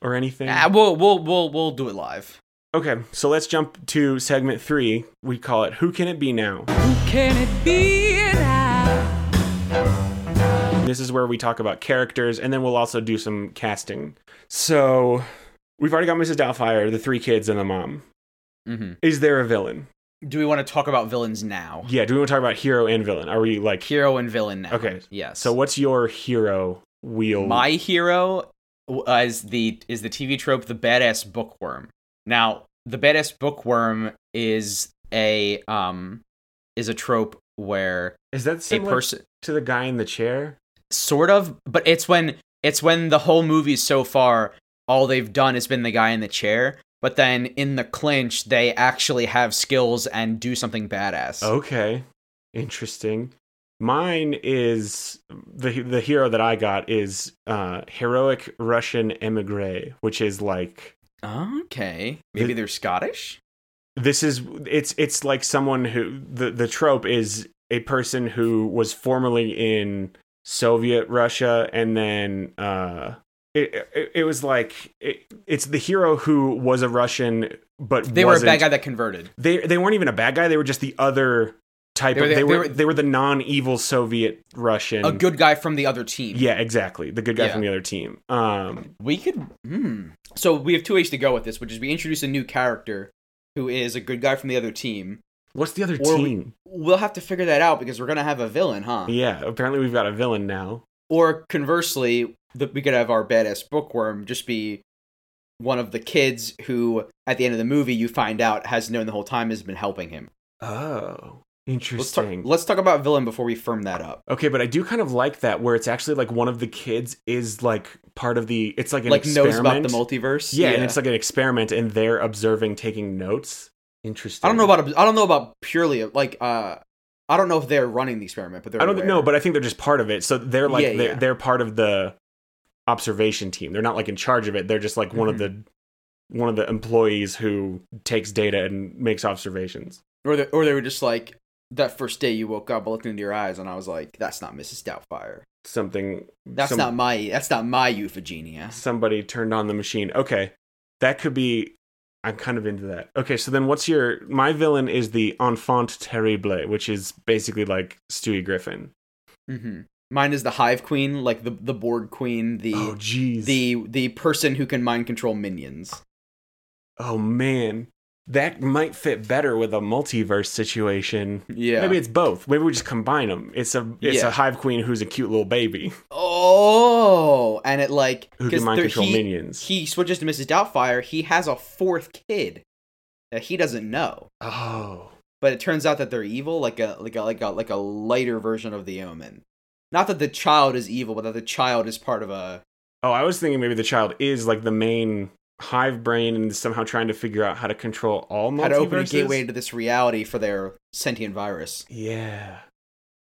[SPEAKER 1] or anything?
[SPEAKER 2] Ah, we'll we'll we'll we'll do it live.
[SPEAKER 1] okay, so let's jump to segment three. We call it "Who Can It Be Now."
[SPEAKER 4] Can it be now?
[SPEAKER 1] This is where we talk about characters, and then we'll also do some casting. So we've already got Mrs. Doubtfire, the three kids, and the mom.
[SPEAKER 2] Mm-hmm.
[SPEAKER 1] Is there a villain?
[SPEAKER 2] Do we want to talk about villains now?
[SPEAKER 1] Yeah. Do we want to talk about hero and villain? Are we like
[SPEAKER 2] Hero and villain now.
[SPEAKER 1] Okay,
[SPEAKER 2] Yes.
[SPEAKER 1] So what's your hero wheel?
[SPEAKER 2] my hero w- uh, is the is the TV trope the badass bookworm. Now the badass bookworm is a um is a trope where
[SPEAKER 1] is that
[SPEAKER 2] a
[SPEAKER 1] similar
[SPEAKER 2] person
[SPEAKER 1] to the guy in the chair?
[SPEAKER 2] sort of but it's when it's when the whole movie so far all they've done has been the guy in the chair but then in the clinch they actually have skills and do something badass
[SPEAKER 1] Okay, interesting. Mine is the the hero that I got is uh, heroic Russian emigre, which is like
[SPEAKER 2] okay maybe
[SPEAKER 1] Oh. The-
[SPEAKER 2] they're scottish
[SPEAKER 1] this is it's it's like someone who the the trope is a person who was formerly in Soviet Russia and then uh, it, it it was like it, it's the hero who was a Russian but
[SPEAKER 2] they were a
[SPEAKER 1] wasn't-
[SPEAKER 2] bad guy that converted
[SPEAKER 1] they they weren't even a bad guy. They were just the other type.
[SPEAKER 2] They were
[SPEAKER 1] of,
[SPEAKER 2] the-
[SPEAKER 1] they,
[SPEAKER 2] they
[SPEAKER 1] were,
[SPEAKER 2] were-
[SPEAKER 1] they were the non-evil Soviet Russian.
[SPEAKER 2] a good guy from the other team
[SPEAKER 1] yeah, exactly. The good guy
[SPEAKER 2] Yeah.
[SPEAKER 1] from the other team. Um,
[SPEAKER 2] we could hmm so we have two ways to go with this which is we introduce a new character who is a good guy from the other team
[SPEAKER 1] what's the other
[SPEAKER 2] Or we-
[SPEAKER 1] team?
[SPEAKER 2] we'll have to figure that out because we're gonna have a villain huh
[SPEAKER 1] yeah, apparently we've got a villain now.
[SPEAKER 2] Or conversely, that we could have our badass bookworm just be one of the kids who, at the end of the movie, you find out has known the whole time has been helping him.
[SPEAKER 1] Oh,
[SPEAKER 2] Let's talk,
[SPEAKER 1] interesting.
[SPEAKER 2] let's talk about villain before we firm that up.
[SPEAKER 1] okay, but I do kind of like that where it's actually like one of the kids is like part of the. It's like an
[SPEAKER 2] like
[SPEAKER 1] experiment.
[SPEAKER 2] knows about the multiverse.
[SPEAKER 1] yeah, and it's like an experiment, and they're observing, taking notes. Interesting.
[SPEAKER 2] I don't know about I don't know about purely like uh I don't know if they're running the experiment, but they're
[SPEAKER 1] I don't think
[SPEAKER 2] aware.
[SPEAKER 1] no, but I think they're just part of it. So they're like
[SPEAKER 2] Yeah,
[SPEAKER 1] they're,
[SPEAKER 2] yeah.
[SPEAKER 1] they're part of the observation team. They're not like in charge of it. They're just like one of the
[SPEAKER 2] Mm-hmm.
[SPEAKER 1] one of the employees who takes data and makes observations.
[SPEAKER 2] or they, or they were just like that first day you woke up, I looked into your eyes, and I was like, "That's not Mrs. Doubtfire.
[SPEAKER 1] Something
[SPEAKER 2] That's
[SPEAKER 1] some-
[SPEAKER 2] not my that's not my Euphigenia."
[SPEAKER 1] somebody turned on the machine. Okay. That could be I'm kind of into that. Okay, so then what's your my villain is the enfant terrible, which is basically like Stewie Griffin.
[SPEAKER 2] hmm Mine is the Hive Queen, like the the board queen, the
[SPEAKER 1] oh jeez.
[SPEAKER 2] the the person who can mind control minions.
[SPEAKER 1] oh man. That might fit better with a multiverse situation.
[SPEAKER 2] Yeah.
[SPEAKER 1] Maybe it's both. Maybe we just combine them. It's a it's
[SPEAKER 2] Yeah.
[SPEAKER 1] a hive queen who's a cute little baby
[SPEAKER 2] oh, and it like
[SPEAKER 1] who
[SPEAKER 2] 'cause
[SPEAKER 1] can mind
[SPEAKER 2] there-
[SPEAKER 1] control
[SPEAKER 2] he-
[SPEAKER 1] minions.
[SPEAKER 2] He switches to Mrs. Doubtfire. He has a fourth kid that he doesn't know.
[SPEAKER 1] oh,
[SPEAKER 2] but it turns out that they're evil, like a like a like a like a lighter version of the Omen. Not that the child is evil, but that the child is part of a
[SPEAKER 1] oh! I was thinking maybe the child is like the main hive brain and is somehow trying to figure out how to control all multiverses.
[SPEAKER 2] how to open a gateway into this reality for their sentient virus.
[SPEAKER 1] Yeah,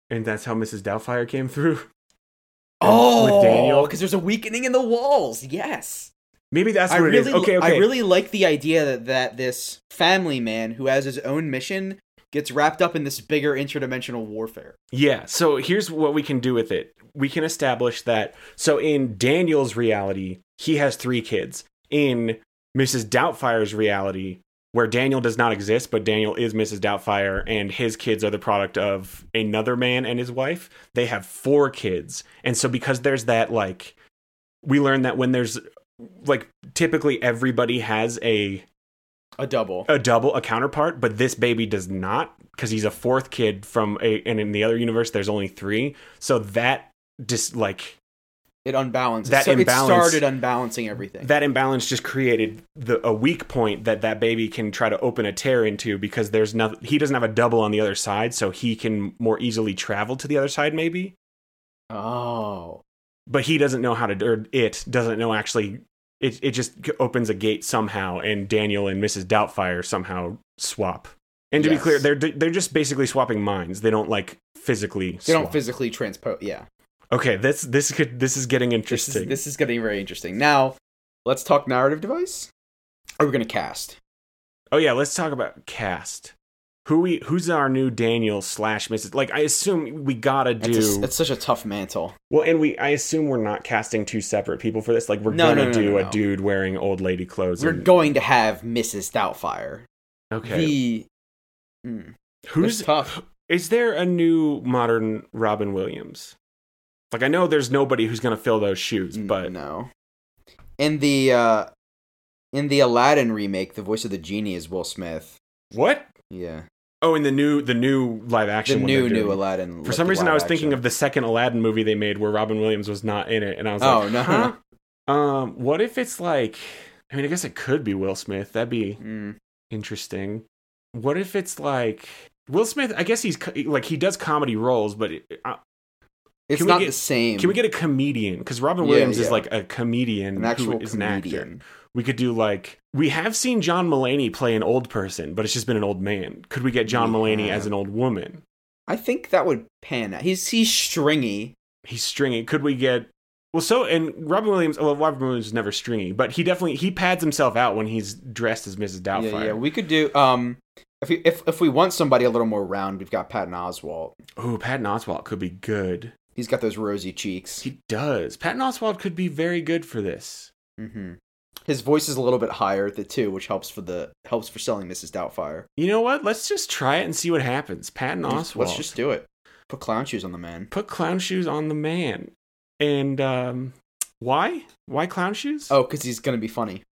[SPEAKER 1] and that's how Mrs. Doubtfire came through.
[SPEAKER 2] Oh,
[SPEAKER 1] Daniel?
[SPEAKER 2] because there's a weakening in the walls. Yes,
[SPEAKER 1] Maybe that's
[SPEAKER 2] I
[SPEAKER 1] what
[SPEAKER 2] really,
[SPEAKER 1] it is. Okay,
[SPEAKER 2] li-
[SPEAKER 1] okay.
[SPEAKER 2] I really like the idea that, that this family man who has his own mission gets wrapped up in this bigger interdimensional warfare.
[SPEAKER 1] Yeah, so here's what we can do with it. We can establish that so in Daniel's reality, he has 3 kids. In Mrs. Doubtfire's reality, where Daniel does not exist, but Daniel is Mrs. Doubtfire and his kids are the product of another man and his wife, they have 4 kids. And so because there's that like we learn that when there's like typically everybody has a
[SPEAKER 2] A double.
[SPEAKER 1] a double a counterpart but this baby does not because he's a fourth kid from a and in the other universe there's only three so that just like
[SPEAKER 2] It unbalances.
[SPEAKER 1] that
[SPEAKER 2] so
[SPEAKER 1] imbalance-
[SPEAKER 2] it started unbalancing everything.
[SPEAKER 1] that imbalance just created the a weak point that that baby can try to open a tear into because there's nothing he doesn't have a double on the other side so he can more easily travel to the other side maybe
[SPEAKER 2] oh,
[SPEAKER 1] but he doesn't know how to or it doesn't know actually it, it just opens a gate somehow and daniel and mrs doubtfire somehow swap and to be
[SPEAKER 2] Yes.
[SPEAKER 1] clear they're they're just basically swapping minds they don't like physically
[SPEAKER 2] they
[SPEAKER 1] swap.
[SPEAKER 2] don't physically transpose. Yeah.
[SPEAKER 1] okay this this could this is getting
[SPEAKER 2] This is,
[SPEAKER 1] interesting
[SPEAKER 2] this is getting very interesting. Now, let's talk narrative device. Are we going to cast?
[SPEAKER 1] oh yeah let's talk about cast who we who's our new daniel slash mrs like i assume we gotta do
[SPEAKER 2] It's, a- it's such a tough mantle.
[SPEAKER 1] well and we i assume we're not casting two separate people for this like we're
[SPEAKER 2] No, no,
[SPEAKER 1] gonna
[SPEAKER 2] no, no,
[SPEAKER 1] do
[SPEAKER 2] no,
[SPEAKER 1] a
[SPEAKER 2] no.
[SPEAKER 1] dude wearing old lady clothes
[SPEAKER 2] We're
[SPEAKER 1] and-
[SPEAKER 2] going to have Mrs. Doubtfire.
[SPEAKER 1] okay
[SPEAKER 2] The Mm,
[SPEAKER 1] who's
[SPEAKER 2] that's tough?
[SPEAKER 1] Is there a new modern Robin Williams? Like I know there's nobody who's gonna fill those shoes, but
[SPEAKER 2] no. In the uh, in the Aladdin remake, the voice of the genie is Will Smith.
[SPEAKER 1] what?
[SPEAKER 2] Yeah,
[SPEAKER 1] Oh, in the new the new live
[SPEAKER 2] the
[SPEAKER 1] action. one
[SPEAKER 2] new
[SPEAKER 1] they're
[SPEAKER 2] new
[SPEAKER 1] doing.
[SPEAKER 2] Aladdin.
[SPEAKER 1] For some reason, I was thinking of the second Aladdin movie they made where Robin Williams was not in it, and I was like,
[SPEAKER 2] Oh, no.
[SPEAKER 1] huh? Um, what if it's like? I mean, I guess it could be Will Smith. That'd be
[SPEAKER 2] Mm,
[SPEAKER 1] interesting. What if it's like Will Smith? I guess he's co- like he does comedy roles, but uh,
[SPEAKER 2] it's
[SPEAKER 1] Can we
[SPEAKER 2] not
[SPEAKER 1] get-
[SPEAKER 2] the same.
[SPEAKER 1] can we get a comedian? Because Robin
[SPEAKER 2] Yeah,
[SPEAKER 1] Williams is
[SPEAKER 2] yeah.
[SPEAKER 1] like a comedian,
[SPEAKER 2] an actual
[SPEAKER 1] who is an actor.
[SPEAKER 2] comedian?
[SPEAKER 1] We could do like we have seen John Mulaney play an old person, but it's just been an old man. Could we get John
[SPEAKER 2] We
[SPEAKER 1] Mulaney
[SPEAKER 2] have.
[SPEAKER 1] as an old woman?
[SPEAKER 2] I think that would pan out. He's he's stringy.
[SPEAKER 1] He's stringy. Could we get well? So and Robin Williams. Well, Robin Williams is never stringy, but he definitely he pads himself out when he's dressed as Mrs. Doubtfire.
[SPEAKER 2] Yeah, yeah, we could do. Um, if we if if we want somebody a little more round, we've got Patton Oswalt.
[SPEAKER 1] Ooh, Patton Oswalt could be good.
[SPEAKER 2] He's got those rosy cheeks.
[SPEAKER 1] He does. Patton Oswalt could be very good for this.
[SPEAKER 2] hmm His voice is a little bit higher the too, which helps for the helps for selling Mrs. Doubtfire.
[SPEAKER 1] You know what? Let's just try it and see what happens. Patton Oswalt.
[SPEAKER 2] Let's just do it. Put clown shoes on the man.
[SPEAKER 1] put clown shoes on the man. And um, why? Why clown shoes?
[SPEAKER 2] Oh, because he's gonna be funny.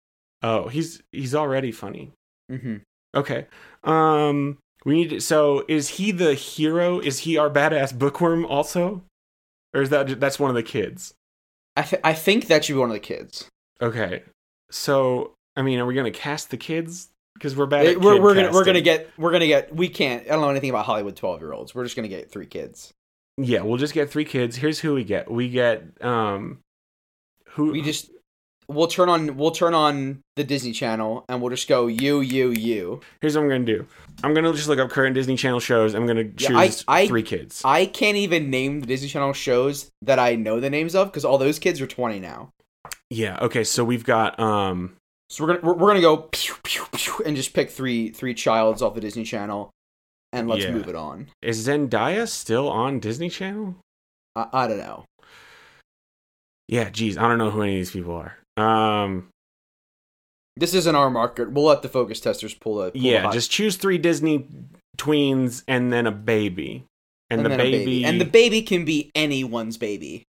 [SPEAKER 1] oh, he's he's already funny.
[SPEAKER 2] Mm-hmm.
[SPEAKER 1] Okay. Um we need to, so is he the hero? Is he our badass bookworm also? Or is that that's one of the kids?
[SPEAKER 2] I th- I think that should be one of the kids.
[SPEAKER 1] Okay. So, I mean, are we going to cast the kids? Because we're bad.
[SPEAKER 2] It-
[SPEAKER 1] at
[SPEAKER 2] we're
[SPEAKER 1] kid
[SPEAKER 2] we're gonna we're
[SPEAKER 1] casting.
[SPEAKER 2] gonna get we're gonna get we can't. I don't know anything about Hollywood twelve year olds. We're just gonna get three kids.
[SPEAKER 1] Yeah, we'll just get three kids. Here's who we get. We get um, who
[SPEAKER 2] We just we'll turn on we'll turn on the Disney Channel and we'll just go you you you.
[SPEAKER 1] Here's what I'm gonna do. I'm gonna just look up current Disney Channel shows. I'm gonna choose
[SPEAKER 2] Yeah, I- I-
[SPEAKER 1] three kids.
[SPEAKER 2] I can't even name the Disney Channel shows that I know the names of because all those kids are twenty now.
[SPEAKER 1] yeah. Okay. So we've got um.
[SPEAKER 2] So we're gonna we're, we're gonna go pew, pew, pew, and just pick three three childs off the Disney Channel, and let's
[SPEAKER 1] Yeah.
[SPEAKER 2] move it on.
[SPEAKER 1] Is Zendaya still on Disney Channel?
[SPEAKER 2] I, I don't know.
[SPEAKER 1] Yeah. Geez, I don't know who any of these people are. Um.
[SPEAKER 2] This isn't our market. We'll let the focus testers pull the pull the
[SPEAKER 1] Yeah.
[SPEAKER 2] hot-
[SPEAKER 1] Just choose three Disney tweens and then a baby. And, the
[SPEAKER 2] then a
[SPEAKER 1] baby,
[SPEAKER 2] and the baby can be anyone's baby.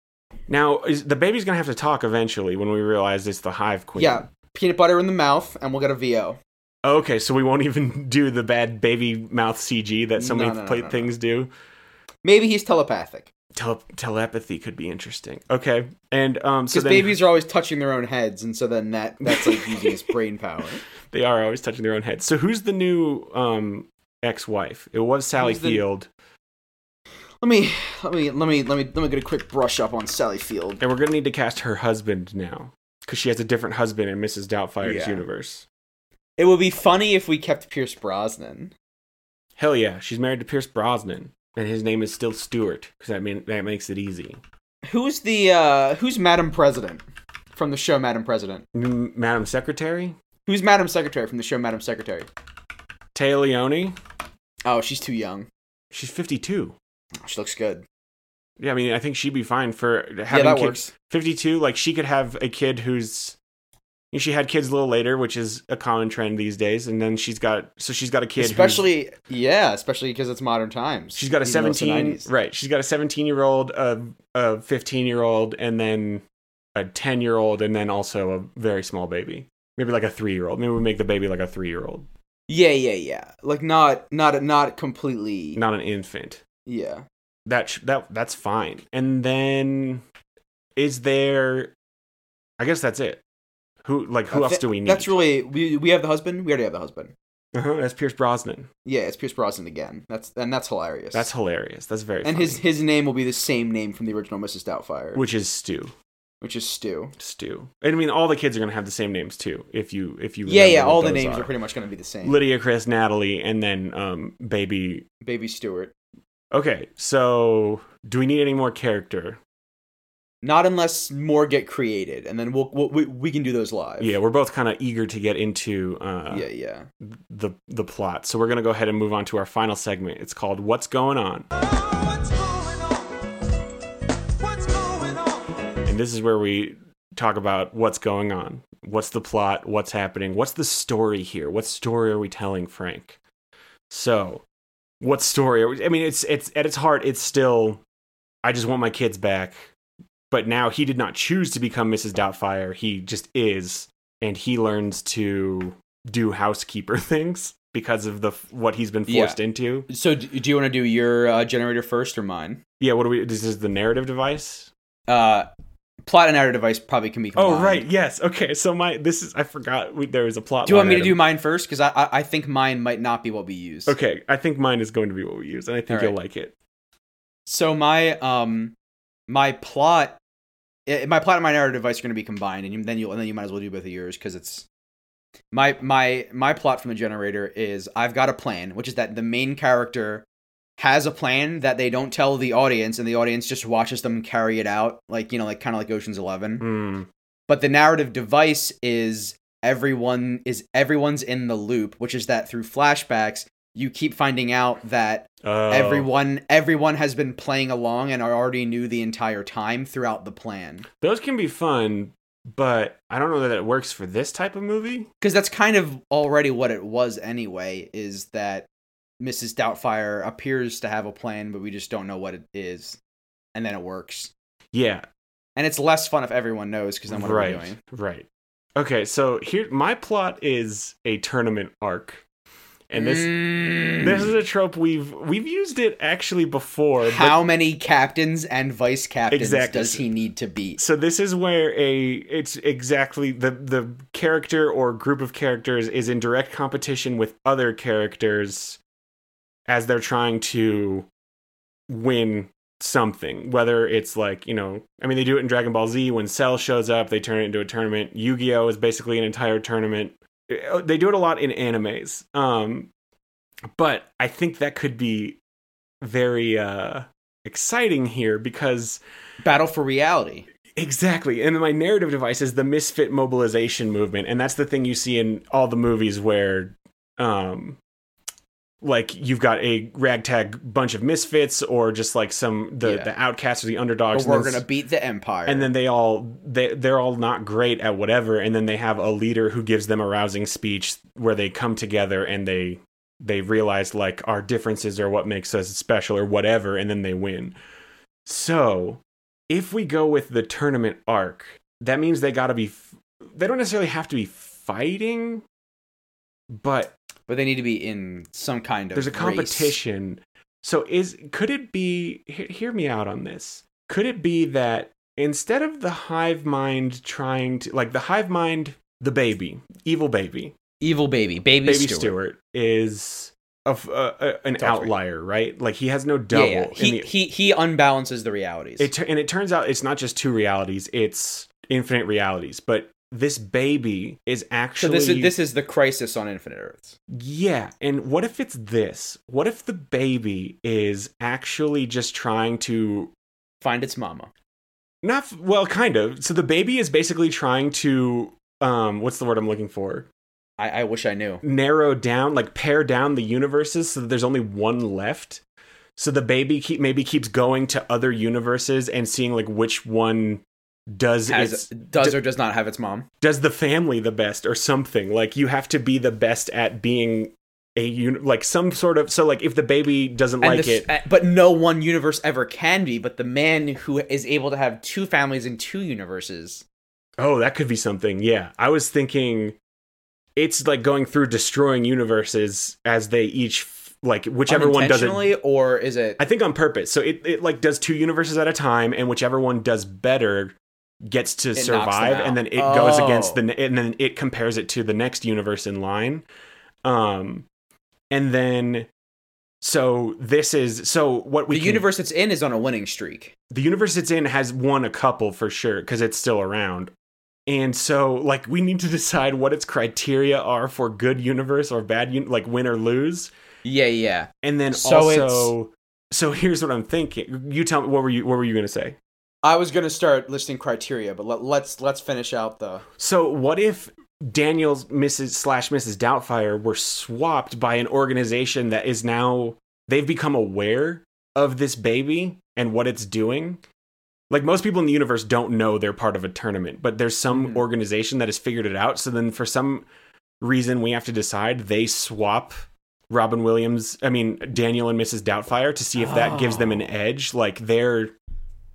[SPEAKER 1] now is, the baby's gonna have to talk eventually when we realize it's the Hive Queen.
[SPEAKER 2] Yeah, peanut butter in the mouth, and we'll get a VO.
[SPEAKER 1] Okay, so we won't even do the bad baby mouth CG that so
[SPEAKER 2] No,
[SPEAKER 1] many
[SPEAKER 2] no, no,
[SPEAKER 1] pla-
[SPEAKER 2] no, no.
[SPEAKER 1] things do.
[SPEAKER 2] Maybe he's telepathic
[SPEAKER 1] Tele- telepathy could be interesting. Okay, and um, so
[SPEAKER 2] because
[SPEAKER 1] then
[SPEAKER 2] babies are always touching their own heads, and so then that that's like using his brain power.
[SPEAKER 1] they are always touching their own heads. So who's the new um ex-wife? It was Sally
[SPEAKER 2] Who's the-
[SPEAKER 1] Field,
[SPEAKER 2] Let me let me let me let me let me get a quick brush up on Sally Field.
[SPEAKER 1] and we're gonna need to cast her husband now because she has a different husband in Mrs. Doubtfire's
[SPEAKER 2] Yeah.
[SPEAKER 1] universe.
[SPEAKER 2] It would be funny if we kept Pierce Brosnan.
[SPEAKER 1] Hell yeah, she's married to Pierce Brosnan, and his name is still Stewart because that mean that makes it easy.
[SPEAKER 2] Who's the uh who's Madam President from the show Madam President?
[SPEAKER 1] M- Madam Secretary,
[SPEAKER 2] Who's Madam Secretary from the show Madam Secretary?
[SPEAKER 1] Tay Leone,
[SPEAKER 2] Oh, she's too young.
[SPEAKER 1] she's fifty-two.
[SPEAKER 2] She looks good.
[SPEAKER 1] Yeah, I mean, I think she'd be fine for having
[SPEAKER 2] Yeah, that
[SPEAKER 1] kids.
[SPEAKER 2] works.
[SPEAKER 1] 52 like she could have a kid who's she had kids a little later which is a common trend these days and then she's got so she's got a kid who's-
[SPEAKER 2] Especially yeah, especially because it's modern times.
[SPEAKER 1] she's got a
[SPEAKER 2] Even though it's the
[SPEAKER 1] 17
[SPEAKER 2] 90s.
[SPEAKER 1] right she's got a 17 year old a, a 15 year old and then a 10 year old and then also a very small baby maybe like a three year old maybe we make the baby like a three year old
[SPEAKER 2] Yeah, yeah, yeah. Like not not not completely.
[SPEAKER 1] not an infant
[SPEAKER 2] Yeah.
[SPEAKER 1] that sh- that that's fine and then is there i guess that's it who like who
[SPEAKER 2] That's
[SPEAKER 1] else
[SPEAKER 2] it.
[SPEAKER 1] do we need
[SPEAKER 2] That's really we we have the husband. We already have the husband.
[SPEAKER 1] uh-huh, that's pierce brosnan
[SPEAKER 2] Yeah, it's Pierce Brosnan again. That's and that's hilarious.
[SPEAKER 1] That's hilarious. That's very
[SPEAKER 2] and
[SPEAKER 1] funny.
[SPEAKER 2] his his name will be the same name from the original Mrs. Doubtfire, which,
[SPEAKER 1] which is Stu.
[SPEAKER 2] is Stu.
[SPEAKER 1] Stu. And I mean, all the kids are gonna have the same names too. If you if you
[SPEAKER 2] Yeah,
[SPEAKER 1] remember
[SPEAKER 2] yeah.
[SPEAKER 1] what
[SPEAKER 2] All the
[SPEAKER 1] those
[SPEAKER 2] names are. pretty much going to be the same.
[SPEAKER 1] Lydia, Chris, Natalie, and then um baby.
[SPEAKER 2] Baby Stewart.
[SPEAKER 1] Okay, so do we need any more character?
[SPEAKER 2] Not unless more get created, and then we'll, we'll we we can do those live.
[SPEAKER 1] Yeah, we're both kind of eager to get into uh,
[SPEAKER 2] yeah, yeah.
[SPEAKER 1] the the plot, so we're gonna go ahead and move on to our final segment. It's called "What's Going On,"
[SPEAKER 5] What's going on? What's going on?
[SPEAKER 1] and this is where we talk about what's going on, what's the plot, what's happening, what's the story here, what story are we telling Frank? So, what story? Are we, I mean, it's it's at its heart, it's still, I just want my kids back. But now he did not choose to become Mrs. Doubtfire. He just is, and he learns to do housekeeper things because of the what he's been
[SPEAKER 2] Yeah.
[SPEAKER 1] forced into.
[SPEAKER 2] So d- do you want to do your uh, generator first or mine?
[SPEAKER 1] Yeah. What do we? This is the narrative device.
[SPEAKER 2] Uh, plot and outer device probably can be.
[SPEAKER 1] Oh
[SPEAKER 2] combined.
[SPEAKER 1] right. Yes. Okay. So my this is I forgot we, there was a plot.
[SPEAKER 2] Do you
[SPEAKER 1] line
[SPEAKER 2] want me to
[SPEAKER 1] item.
[SPEAKER 2] do mine first? Because I, I I think mine might not be what we use.
[SPEAKER 1] Okay, I think mine is going to be what we use, and I think
[SPEAKER 2] All
[SPEAKER 1] you'll
[SPEAKER 2] right.
[SPEAKER 1] like it.
[SPEAKER 2] So my um my plot eh, my plot and my narrative device are going to be combined, and you, then you and then you might as well do both of yours because it's my my my plot from the generator is I've got a plan, which is that the main character has a plan that they don't tell the audience, and the audience just watches them carry it out, like you know, like kind of like Ocean's Eleven.
[SPEAKER 1] Hmm.
[SPEAKER 2] But the narrative device is everyone is everyone's in the loop, which is that through flashbacks you keep finding out that
[SPEAKER 1] Oh.
[SPEAKER 2] everyone everyone has been playing along and already knew the entire time throughout the plan
[SPEAKER 1] Those can be fun, but I don't know that it works for this type of movie.
[SPEAKER 2] because that's kind of already what it was anyway is that mrs doubtfire appears to have a plan but we just don't know what it is and then it works
[SPEAKER 1] Yeah,
[SPEAKER 2] and it's less fun if everyone knows because then what
[SPEAKER 1] right,
[SPEAKER 2] are we doing
[SPEAKER 1] right. Okay, so here my plot is a tournament arc, And this
[SPEAKER 2] Mm.
[SPEAKER 1] this is a trope we've we've used it actually before. but-
[SPEAKER 2] How many captains and vice captains
[SPEAKER 1] Exactly.
[SPEAKER 2] does he need to beat?
[SPEAKER 1] so this is where a it's exactly the the character or group of characters is in direct competition with other characters as they're trying to win something whether it's like you know i mean they do it in dragon ball z when cell shows up they turn it into a tournament yu-gi-oh is basically an entire tournament Uh, they do it a lot in animes um but i think that could be very uh exciting here because
[SPEAKER 2] Battle for reality.
[SPEAKER 1] Exactly. And my narrative device is the misfit mobilization movement. And that's the thing you see in all the movies where um like you've got a ragtag bunch of misfits or just like some the
[SPEAKER 2] Yeah.
[SPEAKER 1] the outcasts or the
[SPEAKER 2] Or
[SPEAKER 1] underdogs and
[SPEAKER 2] we're
[SPEAKER 1] then-
[SPEAKER 2] gonna beat the empire.
[SPEAKER 1] and then they all they they're all not great at whatever and then they have a leader who gives them a rousing speech where they come together and they they realize like our differences are what makes us special or whatever and then they win so if we go with the tournament arc that means they got to be f- they don't necessarily have to be fighting but
[SPEAKER 2] but they need to be in some kind of.
[SPEAKER 1] there's a
[SPEAKER 2] race.
[SPEAKER 1] competition so is could it be he- hear me out on this could it be that instead of the hive mind trying to like the hive mind the baby evil baby
[SPEAKER 2] Evil baby, baby,
[SPEAKER 1] baby
[SPEAKER 2] Stewart.
[SPEAKER 1] Stewart, is of uh, uh, an
[SPEAKER 2] Adultery.
[SPEAKER 1] outlier right like he has no
[SPEAKER 2] Yeah,
[SPEAKER 1] double
[SPEAKER 2] yeah.
[SPEAKER 1] in
[SPEAKER 2] He,
[SPEAKER 1] the-
[SPEAKER 2] he he unbalances the realities.
[SPEAKER 1] it, tu- and it turns out it's not just two realities it's infinite realities but this baby is
[SPEAKER 2] so
[SPEAKER 1] actually
[SPEAKER 2] this is this is the crisis on Infinite Earths.
[SPEAKER 1] Yeah, and what if it's this? What if the baby is actually just trying to
[SPEAKER 2] Find its mama.
[SPEAKER 1] not f- well, kind of. So the baby is basically trying to um what's the word I'm looking for?
[SPEAKER 2] I, I wish I knew.
[SPEAKER 1] Narrow down, like pare down the universes so that there's only one left. So the baby keep maybe keeps going to other universes and seeing like which one does
[SPEAKER 2] Has,
[SPEAKER 1] its-
[SPEAKER 2] does or does not have its mom.
[SPEAKER 1] does the family the best or something like you have to be the best at being a uni- like some sort of so like if the baby doesn't
[SPEAKER 2] And
[SPEAKER 1] like
[SPEAKER 2] the
[SPEAKER 1] it
[SPEAKER 2] s- uh, but no one universe ever can be. But the man who is able to have two families in two universes.
[SPEAKER 1] Oh, that could be something. Yeah. I was thinking it's like going through destroying universes as they each f- like whichever one does it.
[SPEAKER 2] unintentionally, or is it?
[SPEAKER 1] I think on purpose. So it, it like does two universes at a time and whichever one does better gets to
[SPEAKER 2] knocks them
[SPEAKER 1] survive
[SPEAKER 2] out.
[SPEAKER 1] and then it goes
[SPEAKER 2] Oh.
[SPEAKER 1] against the ne- and then it compares it to the next universe in line. Um and then so this is so what we
[SPEAKER 2] the
[SPEAKER 1] can-
[SPEAKER 2] universe it's in is on a winning streak.
[SPEAKER 1] the universe it's in has won a couple for sure because it's still around. And so, like, we need to decide what its criteria are for good universe or bad, un- like win or lose.
[SPEAKER 2] Yeah, yeah.
[SPEAKER 1] And then
[SPEAKER 2] So
[SPEAKER 1] also, so here's what I'm thinking. You tell me what were you what were you gonna say?
[SPEAKER 2] I was gonna start listing criteria, but let, let's let's finish out the.
[SPEAKER 1] So what if Daniel's Mrs. slash Mrs. Doubtfire were swapped by an organization that is now they've become aware of this baby and what it's doing? Like most people in the universe don't know they're part of a tournament, but there's some
[SPEAKER 2] Mhm.
[SPEAKER 1] organization that has figured it out. So then for some reason we have to decide they swap Robin Williams, I mean Daniel and Mrs. Doubtfire to see if that gives them an edge. Like they're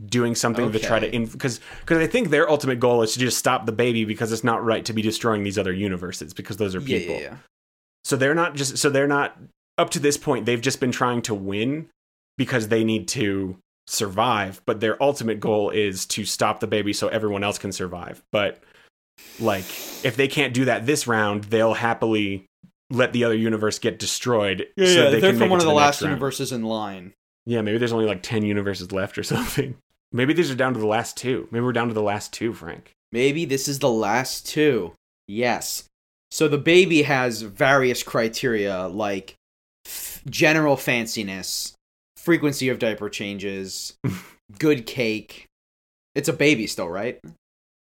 [SPEAKER 1] doing something to try to
[SPEAKER 2] Okay.
[SPEAKER 1] because because I think their ultimate goal is to just stop the baby because it's not right to be destroying these other universes because those are
[SPEAKER 2] Yeah,
[SPEAKER 1] people.
[SPEAKER 2] yeah, yeah.
[SPEAKER 1] So they're not just so they're not up to this point they've just been trying to win because they need to survive, but their ultimate goal is to stop the baby so everyone else can survive. But like if they can't do that this round, they'll happily let the other universe get destroyed so they
[SPEAKER 2] they're
[SPEAKER 1] can
[SPEAKER 2] from
[SPEAKER 1] make
[SPEAKER 2] one
[SPEAKER 1] it
[SPEAKER 2] of
[SPEAKER 1] to
[SPEAKER 2] the,
[SPEAKER 1] next
[SPEAKER 2] last
[SPEAKER 1] round.
[SPEAKER 2] universes in line.
[SPEAKER 1] Yeah, maybe there's only like 10 universes left or something. Maybe these are down to the last two. Maybe we're down to the last two, Frank.
[SPEAKER 2] Maybe this is the last two. Yes. So the baby has various criteria like f- general fanciness, frequency of diaper changes, good cake. It's a baby still, right?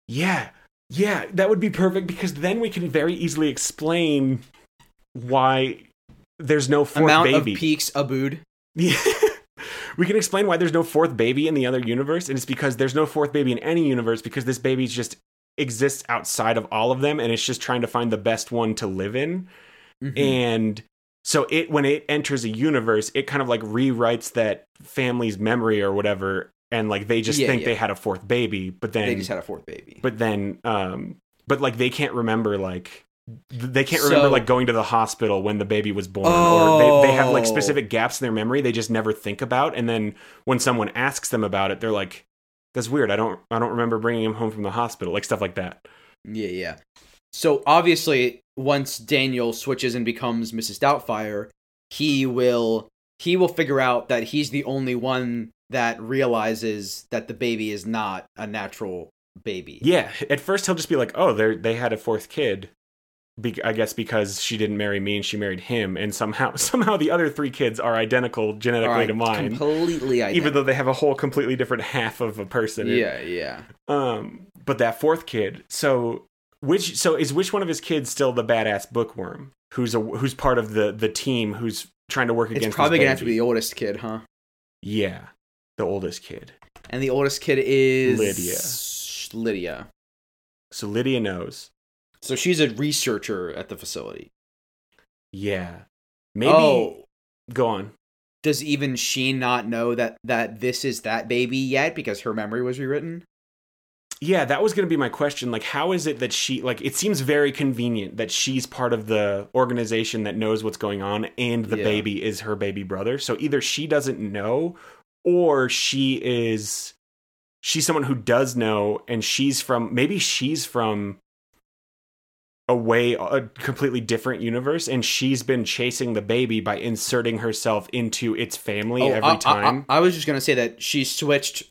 [SPEAKER 1] Yeah. Yeah, that would be perfect because then we can very easily explain why there's no fourth
[SPEAKER 2] Amount
[SPEAKER 1] baby.
[SPEAKER 2] of peaks abud.
[SPEAKER 1] Yeah. we can explain why there's no fourth baby in the other universe, and it's because there's no fourth baby in any universe because this baby just exists outside of all of them, and it's just trying to find the best one to live in.
[SPEAKER 2] Mhm.
[SPEAKER 1] And so it when it enters a universe, it kind of like rewrites that family's memory or whatever, and like they just
[SPEAKER 2] Yeah,
[SPEAKER 1] think
[SPEAKER 2] yeah.
[SPEAKER 1] they had a fourth baby, but then
[SPEAKER 2] they just had a fourth baby.
[SPEAKER 1] but then um but like they can't remember like they can't remember
[SPEAKER 2] So-
[SPEAKER 1] like going to the hospital when the baby was born or they, they have like
[SPEAKER 2] Oh.
[SPEAKER 1] specific gaps in their memory they just never think about and then when someone asks them about it they're like that's weird i don't i don't remember bringing him home from the hospital like stuff like that
[SPEAKER 2] Yeah, yeah. So obviously, once Daniel switches and becomes Mrs. Doubtfire, he will he will figure out that he's the only one that realizes that the baby is not a natural baby.
[SPEAKER 1] yeah at first he'll just be like oh they they had a fourth kid be- i guess because she didn't marry me and she married him and somehow somehow the other three kids are identical
[SPEAKER 2] All
[SPEAKER 1] genetically
[SPEAKER 2] right,
[SPEAKER 1] to mine
[SPEAKER 2] completely identical.
[SPEAKER 1] even though they have a whole completely different half of a person It-
[SPEAKER 2] yeah, yeah.
[SPEAKER 1] Um, but that fourth kid. So which so is which one of his kids still the badass bookworm who's a who's part of the the team who's trying to work against?
[SPEAKER 2] It's
[SPEAKER 1] this
[SPEAKER 2] probably gonna have to be
[SPEAKER 1] baby?
[SPEAKER 2] the oldest kid, huh?
[SPEAKER 1] yeah, the oldest kid.
[SPEAKER 2] And the oldest kid is
[SPEAKER 1] Lydia.
[SPEAKER 2] Sh- Lydia.
[SPEAKER 1] So Lydia knows.
[SPEAKER 2] So she's a researcher at the facility.
[SPEAKER 1] Yeah, maybe
[SPEAKER 2] Oh,
[SPEAKER 1] go on.
[SPEAKER 2] does even she not know that that this is that baby yet because her memory was rewritten
[SPEAKER 1] Yeah, that was going to be my question. Like, how is it that she like? It seems very convenient that she's part of the organization that knows what's going on, and the
[SPEAKER 2] Yeah.
[SPEAKER 1] baby is her baby brother. So either she doesn't know, or she is she's someone who does know, and she's from maybe she's from a way a completely different universe, and she's been chasing the baby by inserting herself into its family every
[SPEAKER 2] Oh, I, I-
[SPEAKER 1] time.
[SPEAKER 2] I, I was just gonna say that she switched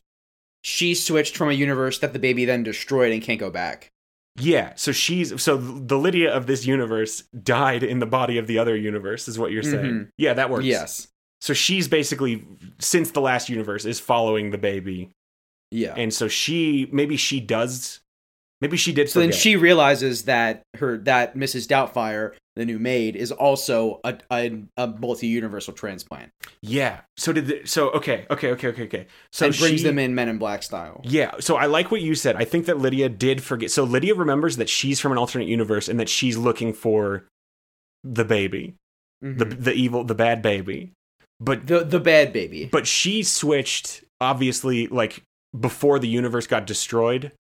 [SPEAKER 2] she switched from a universe that the baby then destroyed and can't go back
[SPEAKER 1] Yeah, so she's so the Lydia of this universe died in the body of the other universe is what you're saying.
[SPEAKER 2] Mhm.
[SPEAKER 1] Yeah, that works.
[SPEAKER 2] yes
[SPEAKER 1] So she's basically since the last universe is following the baby.
[SPEAKER 2] yeah
[SPEAKER 1] And so she maybe she does maybe she did
[SPEAKER 2] so then
[SPEAKER 1] forget.
[SPEAKER 2] she realizes that her that mrs doubtfire the new maid is also a, a, a multi-universal transplant
[SPEAKER 1] Yeah. So did the, so okay, okay, okay, okay, okay. So
[SPEAKER 2] and brings
[SPEAKER 1] she-
[SPEAKER 2] them in men in black style
[SPEAKER 1] Yeah, so I like what you said. I think that Lydia did forget. So Lydia remembers that she's from an alternate universe and that she's looking for the baby, the
[SPEAKER 2] Mhm.
[SPEAKER 1] the evil, the bad baby. But
[SPEAKER 2] the the bad baby
[SPEAKER 1] but she switched obviously like before the universe got destroyed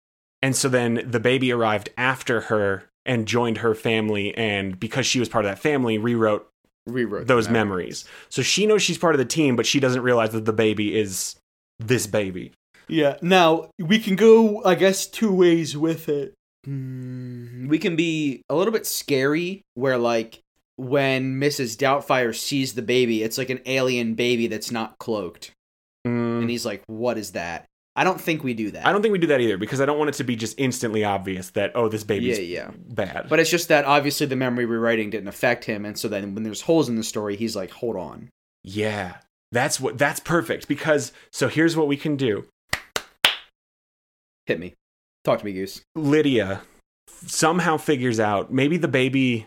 [SPEAKER 1] and so then the baby arrived after her and joined her family and because she was part of that family rewrote
[SPEAKER 2] rewrote the
[SPEAKER 1] those
[SPEAKER 2] memory.
[SPEAKER 1] memories so she knows she's part of the team but she doesn't realize that the baby is this baby
[SPEAKER 2] Yeah. Now we can go, I guess, two ways with it. Hmm, We can be a little bit scary, where like when Mrs. Doubtfire sees the baby, it's like an alien baby that's not cloaked,
[SPEAKER 1] Mm,
[SPEAKER 2] and he's like, "What is that?" I don't think we do that.
[SPEAKER 1] i don't think we do that either because i don't want it to be just instantly obvious that oh this baby's
[SPEAKER 2] Yeah, yeah.
[SPEAKER 1] bad
[SPEAKER 2] But it's just that obviously the memory rewriting didn't affect him, and so then when there's holes in the story, he's like, "Hold on."
[SPEAKER 1] Yeah. That's what that's perfect because so here's what we can do.
[SPEAKER 2] Hit me. Talk to me, Goose.
[SPEAKER 1] Lydia somehow figures out maybe the baby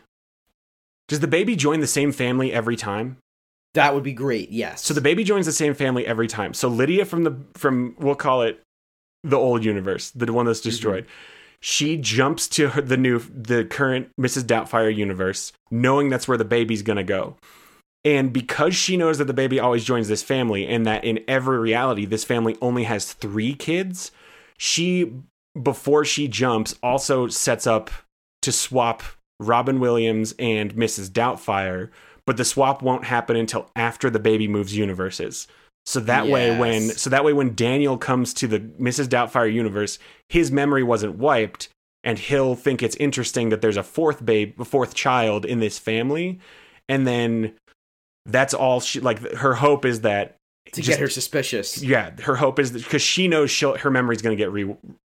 [SPEAKER 1] does the baby join the same family every time?
[SPEAKER 2] That would be great. Yes.
[SPEAKER 1] So the baby joins the same family every time. So Lydia from the from we'll call it the old universe, the one that's destroyed. She jumps to her, the new the current Mrs. Doubtfire universe, knowing that's where the baby's going to go. And because she knows that the baby always joins this family and that in every reality this family only has 3 kids, she before she jumps also sets up to swap Robin Williams and Mrs. Doubtfire, but the swap won't happen until after the baby moves universes. So that way when
[SPEAKER 2] Yes.
[SPEAKER 1] so that way when Daniel comes to the Mrs. Doubtfire universe, his memory wasn't wiped and he'll think it's interesting that there's a fourth babe, a fourth child in this family and then that's all she like her hope is that
[SPEAKER 2] to
[SPEAKER 1] just-
[SPEAKER 2] get her suspicious,
[SPEAKER 1] yeah, her hope is because she knows she'll, her memory's going to get re,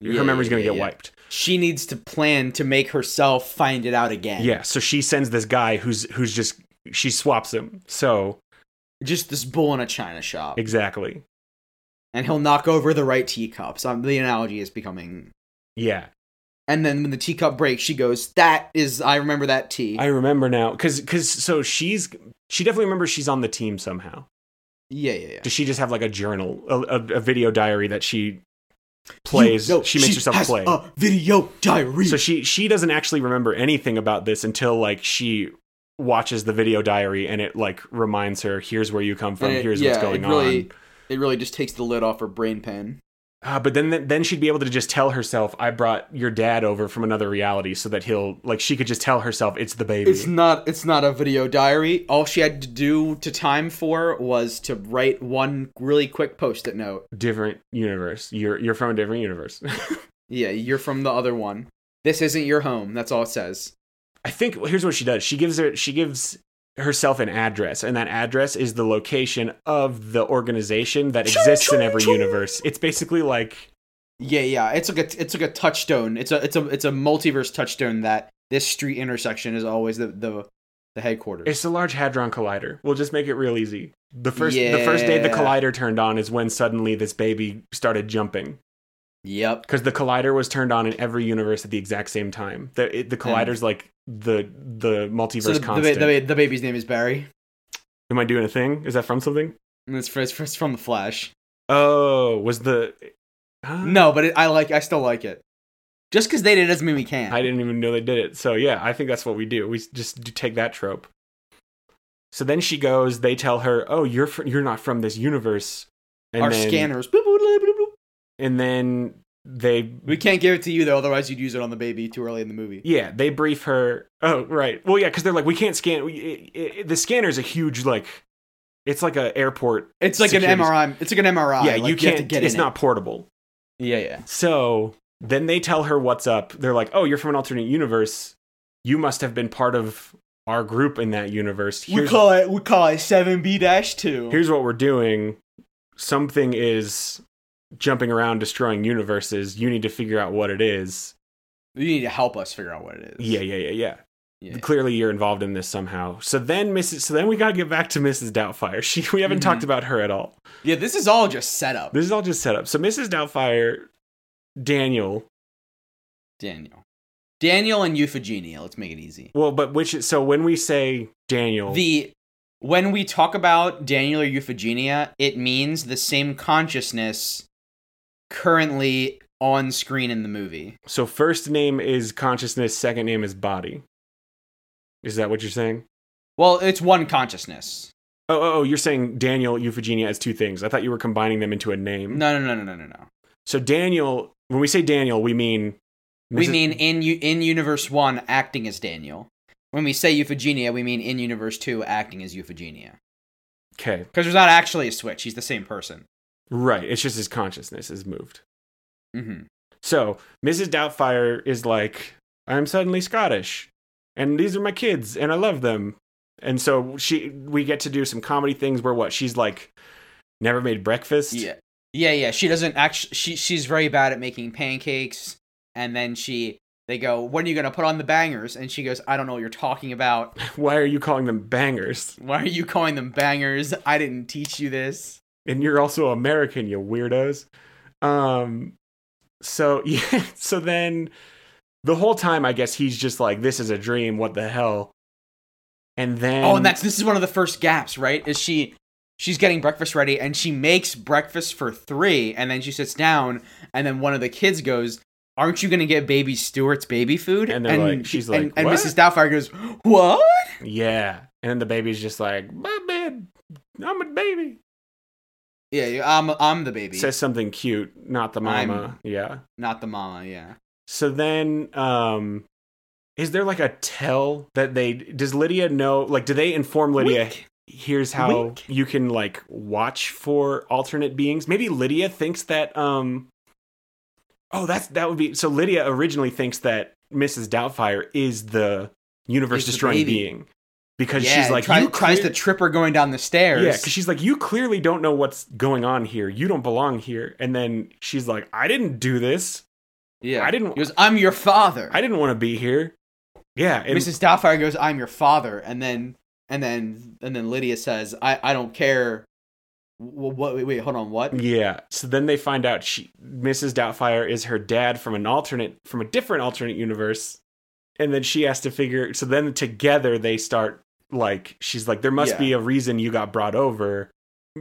[SPEAKER 2] Yeah,
[SPEAKER 1] her memory's
[SPEAKER 2] yeah,
[SPEAKER 1] going to
[SPEAKER 2] yeah,
[SPEAKER 1] get
[SPEAKER 2] yeah.
[SPEAKER 1] wiped.
[SPEAKER 2] she needs to plan to make herself find it out again.
[SPEAKER 1] Yeah, so she sends this guy who's who's just she swaps him. So
[SPEAKER 2] just this bull in a china shop,
[SPEAKER 1] exactly,
[SPEAKER 2] and he'll knock over the right teacup. So the analogy is becoming.
[SPEAKER 1] yeah.
[SPEAKER 2] And then when the teacup breaks, she goes, "That is, I remember that tea."
[SPEAKER 1] I remember now because because so she's she definitely remembers she's on the team somehow.
[SPEAKER 2] yeah, yeah, yeah.
[SPEAKER 1] Does she just have like a journal, a, a, a video diary that she plays?
[SPEAKER 2] You know
[SPEAKER 1] she makes herself
[SPEAKER 2] has
[SPEAKER 1] play.
[SPEAKER 2] a video diary.
[SPEAKER 1] So she she doesn't actually remember anything about this until like she watches the video diary and it like reminds her here's where you come from
[SPEAKER 2] And it-
[SPEAKER 1] here's what's
[SPEAKER 2] yeah,
[SPEAKER 1] going
[SPEAKER 2] it really,
[SPEAKER 1] on
[SPEAKER 2] It really just takes the lid off her brain pen.
[SPEAKER 1] Ah, but then then she'd be able to just tell herself, "I brought your dad over from another reality," so that he'll like she could just tell herself it's the baby.
[SPEAKER 2] It's not it's not a video diary. All she had to do to time for was to write one really quick post-it note.
[SPEAKER 1] different universe. You're you're from a different universe.
[SPEAKER 2] Yeah, you're from the other one. This isn't your home. That's all it says.
[SPEAKER 1] I think well, here's what she does. She gives her she gives herself an address, and that address is the location of the organization that exists in every universe. It's basically like
[SPEAKER 2] Yeah, yeah. It's like a it's like a touchstone. It's a it's a it's a multiverse touchstone that this street intersection is always the the, the headquarters.
[SPEAKER 1] it's the Large Hadron Collider. We'll just make it real easy. The first the first day the
[SPEAKER 2] Yeah.
[SPEAKER 1] collider turned on is when suddenly this baby started jumping
[SPEAKER 2] yep.
[SPEAKER 1] because the collider was turned on in every universe at the exact same time. The it, the collider's like the the multiverse
[SPEAKER 2] So the, the, ba-
[SPEAKER 1] constant.
[SPEAKER 2] the, ba- the baby's name is Barry.
[SPEAKER 1] Am I doing a thing? Is that from something?
[SPEAKER 2] And it's, fr- it's fr- it's from the Flash.
[SPEAKER 1] Oh, was the Huh?
[SPEAKER 2] No, but it, I like I still like it. Just because they did it doesn't mean we can't.
[SPEAKER 1] I didn't even know they did it. So yeah, I think that's what we do. We just do take that trope. So then she goes. They tell her, "Oh, you're fr- you're not from this universe." And
[SPEAKER 2] Our
[SPEAKER 1] then,
[SPEAKER 2] scanners. Boop, boop, boop, boop, boop.
[SPEAKER 1] And then they
[SPEAKER 2] We can't give it to you though, otherwise you'd use it on the baby too early in the movie.
[SPEAKER 1] yeah they brief her. Oh right. Well yeah, because they're like we can't scan. We, it, it, the scanner's a huge like. It's like a airport.
[SPEAKER 2] It's like an
[SPEAKER 1] security-
[SPEAKER 2] MRI. It's like an MRI.
[SPEAKER 1] Yeah,
[SPEAKER 2] like,
[SPEAKER 1] you
[SPEAKER 2] have
[SPEAKER 1] can't.
[SPEAKER 2] to get
[SPEAKER 1] it's
[SPEAKER 2] in
[SPEAKER 1] not portable.
[SPEAKER 2] It. Yeah, yeah.
[SPEAKER 1] So then they tell her what's up. They're like, "Oh, you're from an alternate universe. You must have been part of our group in that universe.
[SPEAKER 2] we
[SPEAKER 1] Here's,
[SPEAKER 2] call it we call it seven B dash two.
[SPEAKER 1] here's what we're doing. Something is jumping around destroying universes. You need to figure out what it is."
[SPEAKER 2] You need to help us figure out what it is.
[SPEAKER 1] Yeah, yeah, yeah, yeah.
[SPEAKER 2] Yeah.
[SPEAKER 1] Clearly, you're involved in this somehow. So then, Mrs. So then we gotta get back to Mrs. Doubtfire. She we haven't
[SPEAKER 2] Mhm.
[SPEAKER 1] talked about her at all.
[SPEAKER 2] Yeah, this is all just setup.
[SPEAKER 1] This is all just set up. So Mrs. Doubtfire, Daniel,
[SPEAKER 2] Daniel. Daniel and Euphigenia, let's make it easy.
[SPEAKER 1] well, but which is so when we say Daniel,
[SPEAKER 2] The when we talk about Daniel or Euphigenia, it means the same consciousness currently on screen in the movie.
[SPEAKER 1] So first name is consciousness, second name is body. Is that what you're saying?
[SPEAKER 2] Well, it's one consciousness.
[SPEAKER 1] Oh, oh, oh you're saying Daniel Euphigenia as two things. I thought you were combining them into a name.
[SPEAKER 2] No, no, no, no, no, no, no.
[SPEAKER 1] So Daniel, when we say Daniel, we mean
[SPEAKER 2] We
[SPEAKER 1] Mrs.
[SPEAKER 2] mean in u- in universe one acting as Daniel. When we say Euphigenia, we mean in universe two acting as Euphigenia.
[SPEAKER 1] okay,
[SPEAKER 2] Because there's not actually a switch; he's the same person.
[SPEAKER 1] right? It's just his consciousness is moved.
[SPEAKER 2] Mm-hmm.
[SPEAKER 1] So Mrs. Doubtfire is like, I'm suddenly Scottish, and these are my kids, and I love them. And so she, we get to do some comedy things where what she's like, never made breakfast.
[SPEAKER 2] Yeah, yeah, yeah. She doesn't actually. She she's very bad at making pancakes. And then she they go, "When are you gonna put on the bangers?" And she goes, "I don't know what you're talking about.
[SPEAKER 1] Why are you calling them bangers?
[SPEAKER 2] Why are you calling them bangers? I didn't teach you this."
[SPEAKER 1] and you're also American, you weirdos. Um, so yeah, so then the whole time, I guess he's just like, "This is a dream. What the hell?" And then,
[SPEAKER 2] oh, and that's this is one of the first gaps, right? Is she she's getting breakfast ready and she makes breakfast for three, and then she sits down, and then one of the kids goes. Aren't you gonna get Baby Stewart's baby food?
[SPEAKER 1] And they're like- she's
[SPEAKER 2] and,
[SPEAKER 1] like,
[SPEAKER 2] and
[SPEAKER 1] "What?"
[SPEAKER 2] Mrs. Doubtfire goes, "What?"
[SPEAKER 1] yeah, and then the baby's just like, "My bed, I'm a baby."
[SPEAKER 2] Yeah, yeah, I'm I'm the baby,
[SPEAKER 1] Says something cute, not the
[SPEAKER 2] I'm-
[SPEAKER 1] mama. Yeah.
[SPEAKER 2] not the mama. Yeah.
[SPEAKER 1] So then, um, is there like a tell that they does Lydia know? Like, do they inform Lydia?
[SPEAKER 2] Wink.
[SPEAKER 1] here's how
[SPEAKER 2] Wink.
[SPEAKER 1] you can like watch for alternate beings. Maybe Lydia thinks that um Oh, that's that would be so Lydia originally thinks that Mrs. Doubtfire is the universe
[SPEAKER 2] Is the
[SPEAKER 1] destroying
[SPEAKER 2] baby.
[SPEAKER 1] being because
[SPEAKER 2] Yeah,
[SPEAKER 1] she's
[SPEAKER 2] and
[SPEAKER 1] like
[SPEAKER 2] try-
[SPEAKER 1] you
[SPEAKER 2] tries to
[SPEAKER 1] clear-
[SPEAKER 2] trip her going down the stairs.
[SPEAKER 1] Yeah, cuz she's like you clearly don't know what's going on here. You don't belong here. And then she's like I didn't do this.
[SPEAKER 2] yeah.
[SPEAKER 1] I didn't-
[SPEAKER 2] He goes, I'm your father.
[SPEAKER 1] I didn't want to be here. Yeah, and
[SPEAKER 2] Mrs. Doubtfire goes, I'm your father, and then and then and then Lydia says, I I don't care. What? what wait, wait, hold on. What?
[SPEAKER 1] Yeah. So then they find out she Mrs. Doubtfire is her dad from an alternate from a different alternate universe. And then she has to figure so then together they start like she's like there must
[SPEAKER 2] Yeah.
[SPEAKER 1] be a reason you got brought over.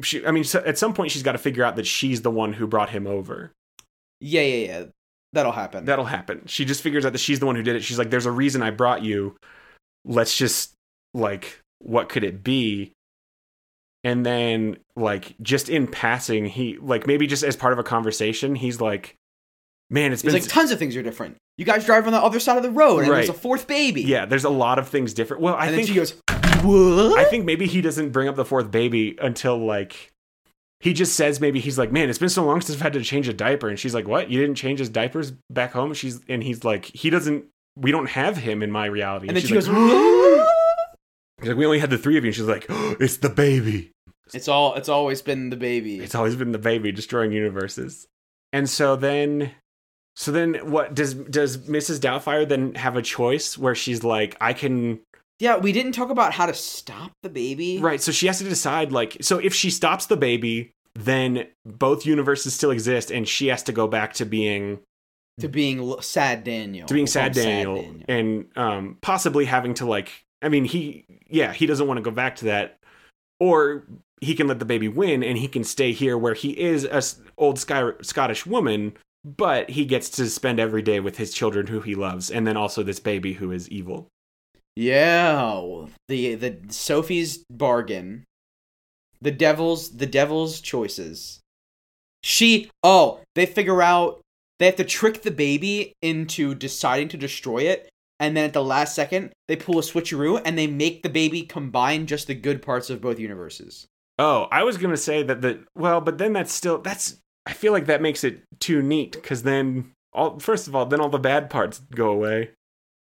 [SPEAKER 1] She I mean so at some point she's got to figure out that she's the one who brought him over.
[SPEAKER 2] Yeah, yeah, yeah. That'll happen.
[SPEAKER 1] That'll happen. She just figures out that she's the one who did it. She's like there's a reason I brought you. Let's just like what could it be? and then like just in passing he like maybe just as part of a conversation he's like man it's
[SPEAKER 2] There's
[SPEAKER 1] been
[SPEAKER 2] like tons of things are different. You guys drive on the other side of the road, and there's a
[SPEAKER 1] Right.
[SPEAKER 2] fourth baby.
[SPEAKER 1] yeah there's a lot of things different well i
[SPEAKER 2] and
[SPEAKER 1] think
[SPEAKER 2] then she goes, "What?"
[SPEAKER 1] I think maybe he doesn't bring up the fourth baby until like he just says maybe he's like, man, it's been so long since I've had to change a diaper, and she's like, what? You didn't change his diapers back home? She's and he's like, he doesn't. We don't have him in my reality.
[SPEAKER 2] and then
[SPEAKER 1] she's
[SPEAKER 2] she goes,
[SPEAKER 1] like, He's like, we only had the three of you. And she's like, it's the baby.
[SPEAKER 2] "It's all. It's always been the baby."
[SPEAKER 1] It's always been the baby destroying universes. And so then, so then, what does does Mrs. Doubtfire then have a choice where she's like, I can
[SPEAKER 2] yeah, we didn't talk about how to stop the baby.
[SPEAKER 1] Right. So she has to decide like so if she stops the baby, then both universes still exist and she has to go back to being
[SPEAKER 2] to being l- sad Daniel.
[SPEAKER 1] to being
[SPEAKER 2] We'll call
[SPEAKER 1] sad
[SPEAKER 2] him
[SPEAKER 1] Daniel, and um possibly having to like I mean he yeah, he doesn't want to go back to that or he can let the baby win and he can stay here where he is a s- old Sky- Scottish woman but he gets to spend every day with his children who he loves and then also this baby who is evil.
[SPEAKER 2] Yeah, the the Sophie's bargain, the devil's the devil's choices. She oh they figure out they have to trick the baby into deciding to destroy it, and then at the last second they pull a switcheroo and they make the baby combine just the good parts of both universes.
[SPEAKER 1] Oh, I was gonna say that the well, but then that's still that's. I feel like that makes it too neat because then all first of all, then all the bad parts go away.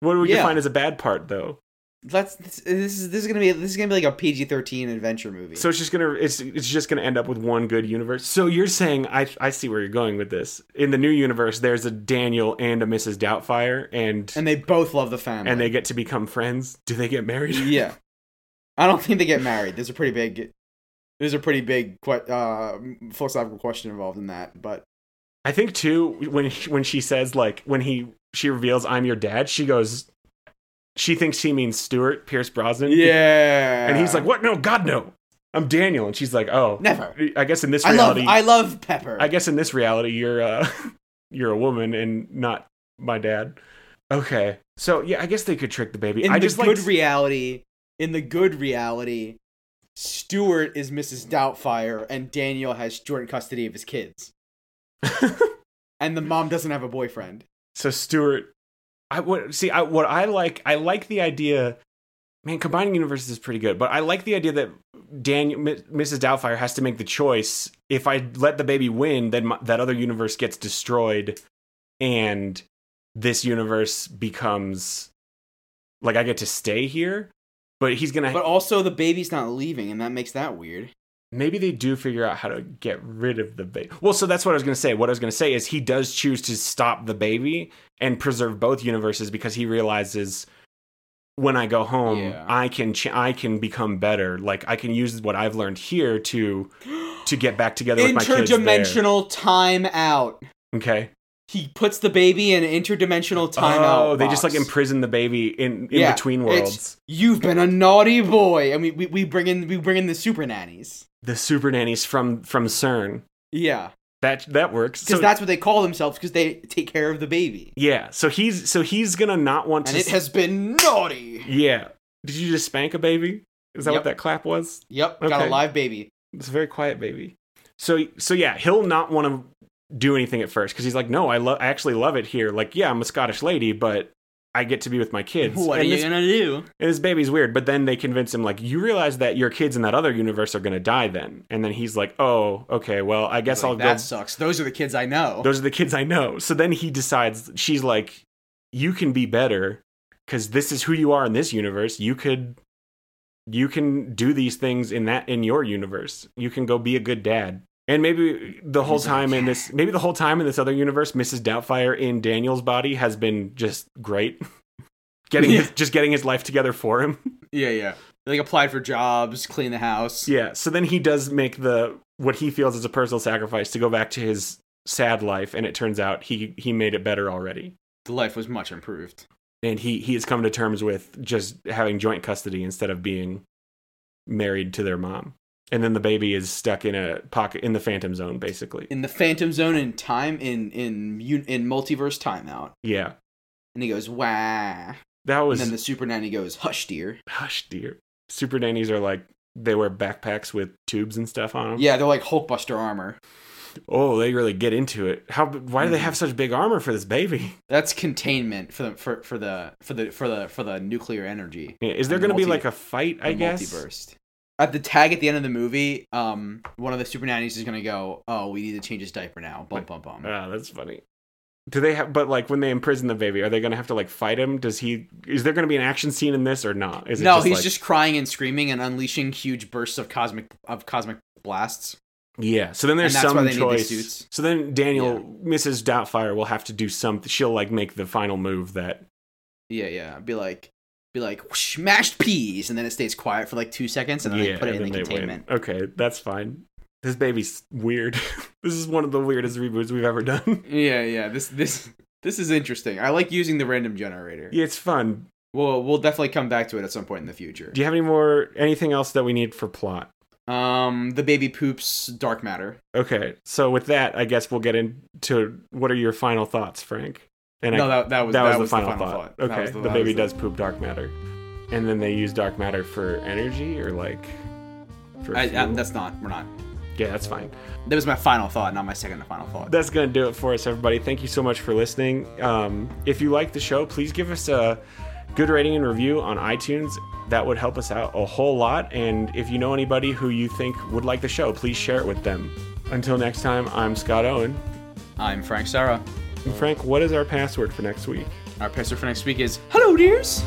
[SPEAKER 1] What do we
[SPEAKER 2] Yeah.
[SPEAKER 1] define as a bad part though?
[SPEAKER 2] That's this is this is gonna be this is gonna be like a PG thirteen adventure movie.
[SPEAKER 1] So it's just gonna it's it's just gonna end up with one good universe. So you're saying I I see where you're going with this. In the new universe, there's a Daniel and a Mrs. Doubtfire, and and,
[SPEAKER 2] and they both love the family.
[SPEAKER 1] they get to become friends. Do they get married?
[SPEAKER 2] yeah. I don't think they get married. There's a pretty big, there's a pretty big que- uh, philosophical question involved in that. But
[SPEAKER 1] I think too when when she says like when he she reveals I'm your dad, she goes. She thinks he means Stuart Pierce Brosnan.
[SPEAKER 2] yeah,
[SPEAKER 1] And he's like, "What? No, God, no! I'm Daniel." And she's like, "Oh,
[SPEAKER 2] never.
[SPEAKER 1] I guess in this
[SPEAKER 2] I love,
[SPEAKER 1] reality, I,
[SPEAKER 2] I love Pepper.
[SPEAKER 1] guess in this reality, you're uh, you're a woman and not my dad." Okay, so yeah, I guess they could trick the baby.
[SPEAKER 2] in
[SPEAKER 1] I
[SPEAKER 2] the
[SPEAKER 1] just
[SPEAKER 2] good
[SPEAKER 1] like
[SPEAKER 2] reality, in the good reality, Stuart is Mrs. Doubtfire, and Daniel has joint custody of his kids, and the mom doesn't have a boyfriend.
[SPEAKER 1] so Stuart. I what see I what I like I like the idea. Man, combining universes is pretty good, but I like the idea that Daniel, M- Mrs. Doubtfire has to make the choice. If I let the baby win, then my, that other universe gets destroyed, and this universe becomes like I get to stay here. But he's gonna.
[SPEAKER 2] But also, the baby's not leaving, and that makes that weird.
[SPEAKER 1] maybe they do figure out how to get rid of the baby. Well, so that's what I was gonna say. What I was gonna say is he does choose to stop the baby and preserve both universes because he realizes when I go home,
[SPEAKER 2] Yeah.
[SPEAKER 1] I can ch- I can become better. Like I can use what I've learned here to to get back together with my kids. there.
[SPEAKER 2] Interdimensional time out.
[SPEAKER 1] Okay.
[SPEAKER 2] he puts the baby in an interdimensional timeout.
[SPEAKER 1] oh, they just
[SPEAKER 2] box.
[SPEAKER 1] like imprison the baby in in
[SPEAKER 2] Yeah,
[SPEAKER 1] between
[SPEAKER 2] it's-
[SPEAKER 1] worlds.
[SPEAKER 2] You've been a naughty boy, and we, we, we bring in we bring in the super nannies.
[SPEAKER 1] The super nannies from from CERN.
[SPEAKER 2] Yeah,
[SPEAKER 1] That that works.
[SPEAKER 2] because
[SPEAKER 1] So
[SPEAKER 2] that's what they call themselves because they take care of the baby.
[SPEAKER 1] yeah. So he's so he's gonna not want
[SPEAKER 2] And
[SPEAKER 1] to
[SPEAKER 2] it has been naughty.
[SPEAKER 1] Yeah. Did you just spank a baby? Is that
[SPEAKER 2] Yep.
[SPEAKER 1] what that clap was?
[SPEAKER 2] Yep, got a
[SPEAKER 1] Okay.
[SPEAKER 2] live baby.
[SPEAKER 1] It's a very quiet baby. So so yeah, he'll not want to do anything at first because he's like, no, I love, I actually love it here. Like, yeah, I'm a Scottish lady, but I get to be with my kids.
[SPEAKER 2] What
[SPEAKER 1] and
[SPEAKER 2] are you
[SPEAKER 1] this,
[SPEAKER 2] gonna do?
[SPEAKER 1] and this baby's weird. But then they convince him like, you realize that your kids in that other universe are gonna die then. And then he's like, oh, okay, well, I guess
[SPEAKER 2] Like,
[SPEAKER 1] I'll
[SPEAKER 2] that
[SPEAKER 1] go
[SPEAKER 2] sucks. Those are the kids I know.
[SPEAKER 1] those are the kids I know. So then he decides she's like, you can be better because this is who you are in this universe. You could, you can do these things in that in your universe. You can go be a good dad. And maybe the whole time in this, maybe the whole time in this other universe, Mrs. Doubtfire in Daniel's body has been just great. getting his, just getting his life together for him.
[SPEAKER 2] yeah, yeah. They like, applied for jobs, clean the house.
[SPEAKER 1] Yeah. So then he does make the what he feels is a personal sacrifice to go back to his sad life, and it turns out he he made it better already.
[SPEAKER 2] The life was much improved.
[SPEAKER 1] and he he has come to terms with just having joint custody instead of being married to their mom and then the baby is stuck in a pocket in the phantom zone basically
[SPEAKER 2] In the Phantom Zone in time in in un- in multiverse timeout,
[SPEAKER 1] yeah
[SPEAKER 2] and he goes wah.
[SPEAKER 1] that was
[SPEAKER 2] And then the super nanny goes, "Hush, dear."
[SPEAKER 1] hush dear super nannies are like they wear backpacks with tubes and stuff on them.
[SPEAKER 2] Yeah, they're like Hulkbuster armor.
[SPEAKER 1] Oh, they really get into it. How? Why do
[SPEAKER 2] Mm-hmm.
[SPEAKER 1] they have such big armor for this baby?
[SPEAKER 2] That's containment for the for, for the for the for the for the nuclear energy.
[SPEAKER 1] Yeah, Is there
[SPEAKER 2] And
[SPEAKER 1] going to be like
[SPEAKER 2] multi-
[SPEAKER 1] a fight? I
[SPEAKER 2] the
[SPEAKER 1] guess.
[SPEAKER 2] multiverse. At the tag at the end of the movie, um, one of the super nannies is gonna go, "Oh, we need to change his diaper now." Bum bum bum.
[SPEAKER 1] Ah, that's funny. Do they have? But like when they imprison the baby, are they going to have to like fight him? Does he? Is there going to be an action scene in this or not? Is
[SPEAKER 2] no, he's
[SPEAKER 1] like-
[SPEAKER 2] just crying and screaming and unleashing huge bursts of cosmic of cosmic blasts.
[SPEAKER 1] Yeah. So then there's
[SPEAKER 2] And that's why
[SPEAKER 1] some
[SPEAKER 2] they need the
[SPEAKER 1] choice.
[SPEAKER 2] suits.
[SPEAKER 1] So then Daniel,
[SPEAKER 2] Yeah.
[SPEAKER 1] Mrs. Doubtfire, will have to do something. She'll like make the final move that.
[SPEAKER 2] Yeah, yeah. Be like, be like, whoosh, mashed peas, and then it stays quiet for like two seconds, and then
[SPEAKER 1] yeah.
[SPEAKER 2] they put it in the
[SPEAKER 1] then they win.
[SPEAKER 2] containment.
[SPEAKER 1] Okay, that's fine. This baby's weird. this is one of the weirdest reboots we've ever done.
[SPEAKER 2] Yeah, yeah. This this this is interesting. I like using the random generator.
[SPEAKER 1] yeah, it's fun.
[SPEAKER 2] We'll we'll definitely come back to it at some point in the future.
[SPEAKER 1] Do you have any more anything else that we need for plot?
[SPEAKER 2] Um, the baby poops dark matter.
[SPEAKER 1] Okay, so with that, I guess we'll get into what are your final thoughts, Frank? And
[SPEAKER 2] no,
[SPEAKER 1] I,
[SPEAKER 2] that, that was
[SPEAKER 1] that, was, the final, thought.
[SPEAKER 2] That
[SPEAKER 1] Okay,
[SPEAKER 2] was
[SPEAKER 1] the,
[SPEAKER 2] that
[SPEAKER 1] baby
[SPEAKER 2] was the-
[SPEAKER 1] does poop dark matter, and then they use dark matter for energy or like. For
[SPEAKER 2] I, I,
[SPEAKER 1] fuel?
[SPEAKER 2] that's not. We're not.
[SPEAKER 1] yeah, that's fine.
[SPEAKER 2] That was my final thought, not my second to final thought.
[SPEAKER 1] that's gonna do it for us everybody thank you so much for listening um, if you like the show please give us a good rating and review on itunes that would help us out a whole lot and if you know anybody who you think would like the show please share it with them until next time i'm scott owen
[SPEAKER 2] I'm Frank Sarah.
[SPEAKER 1] and frank what is our password for next week
[SPEAKER 2] Our pastor for next week is Hello, dears.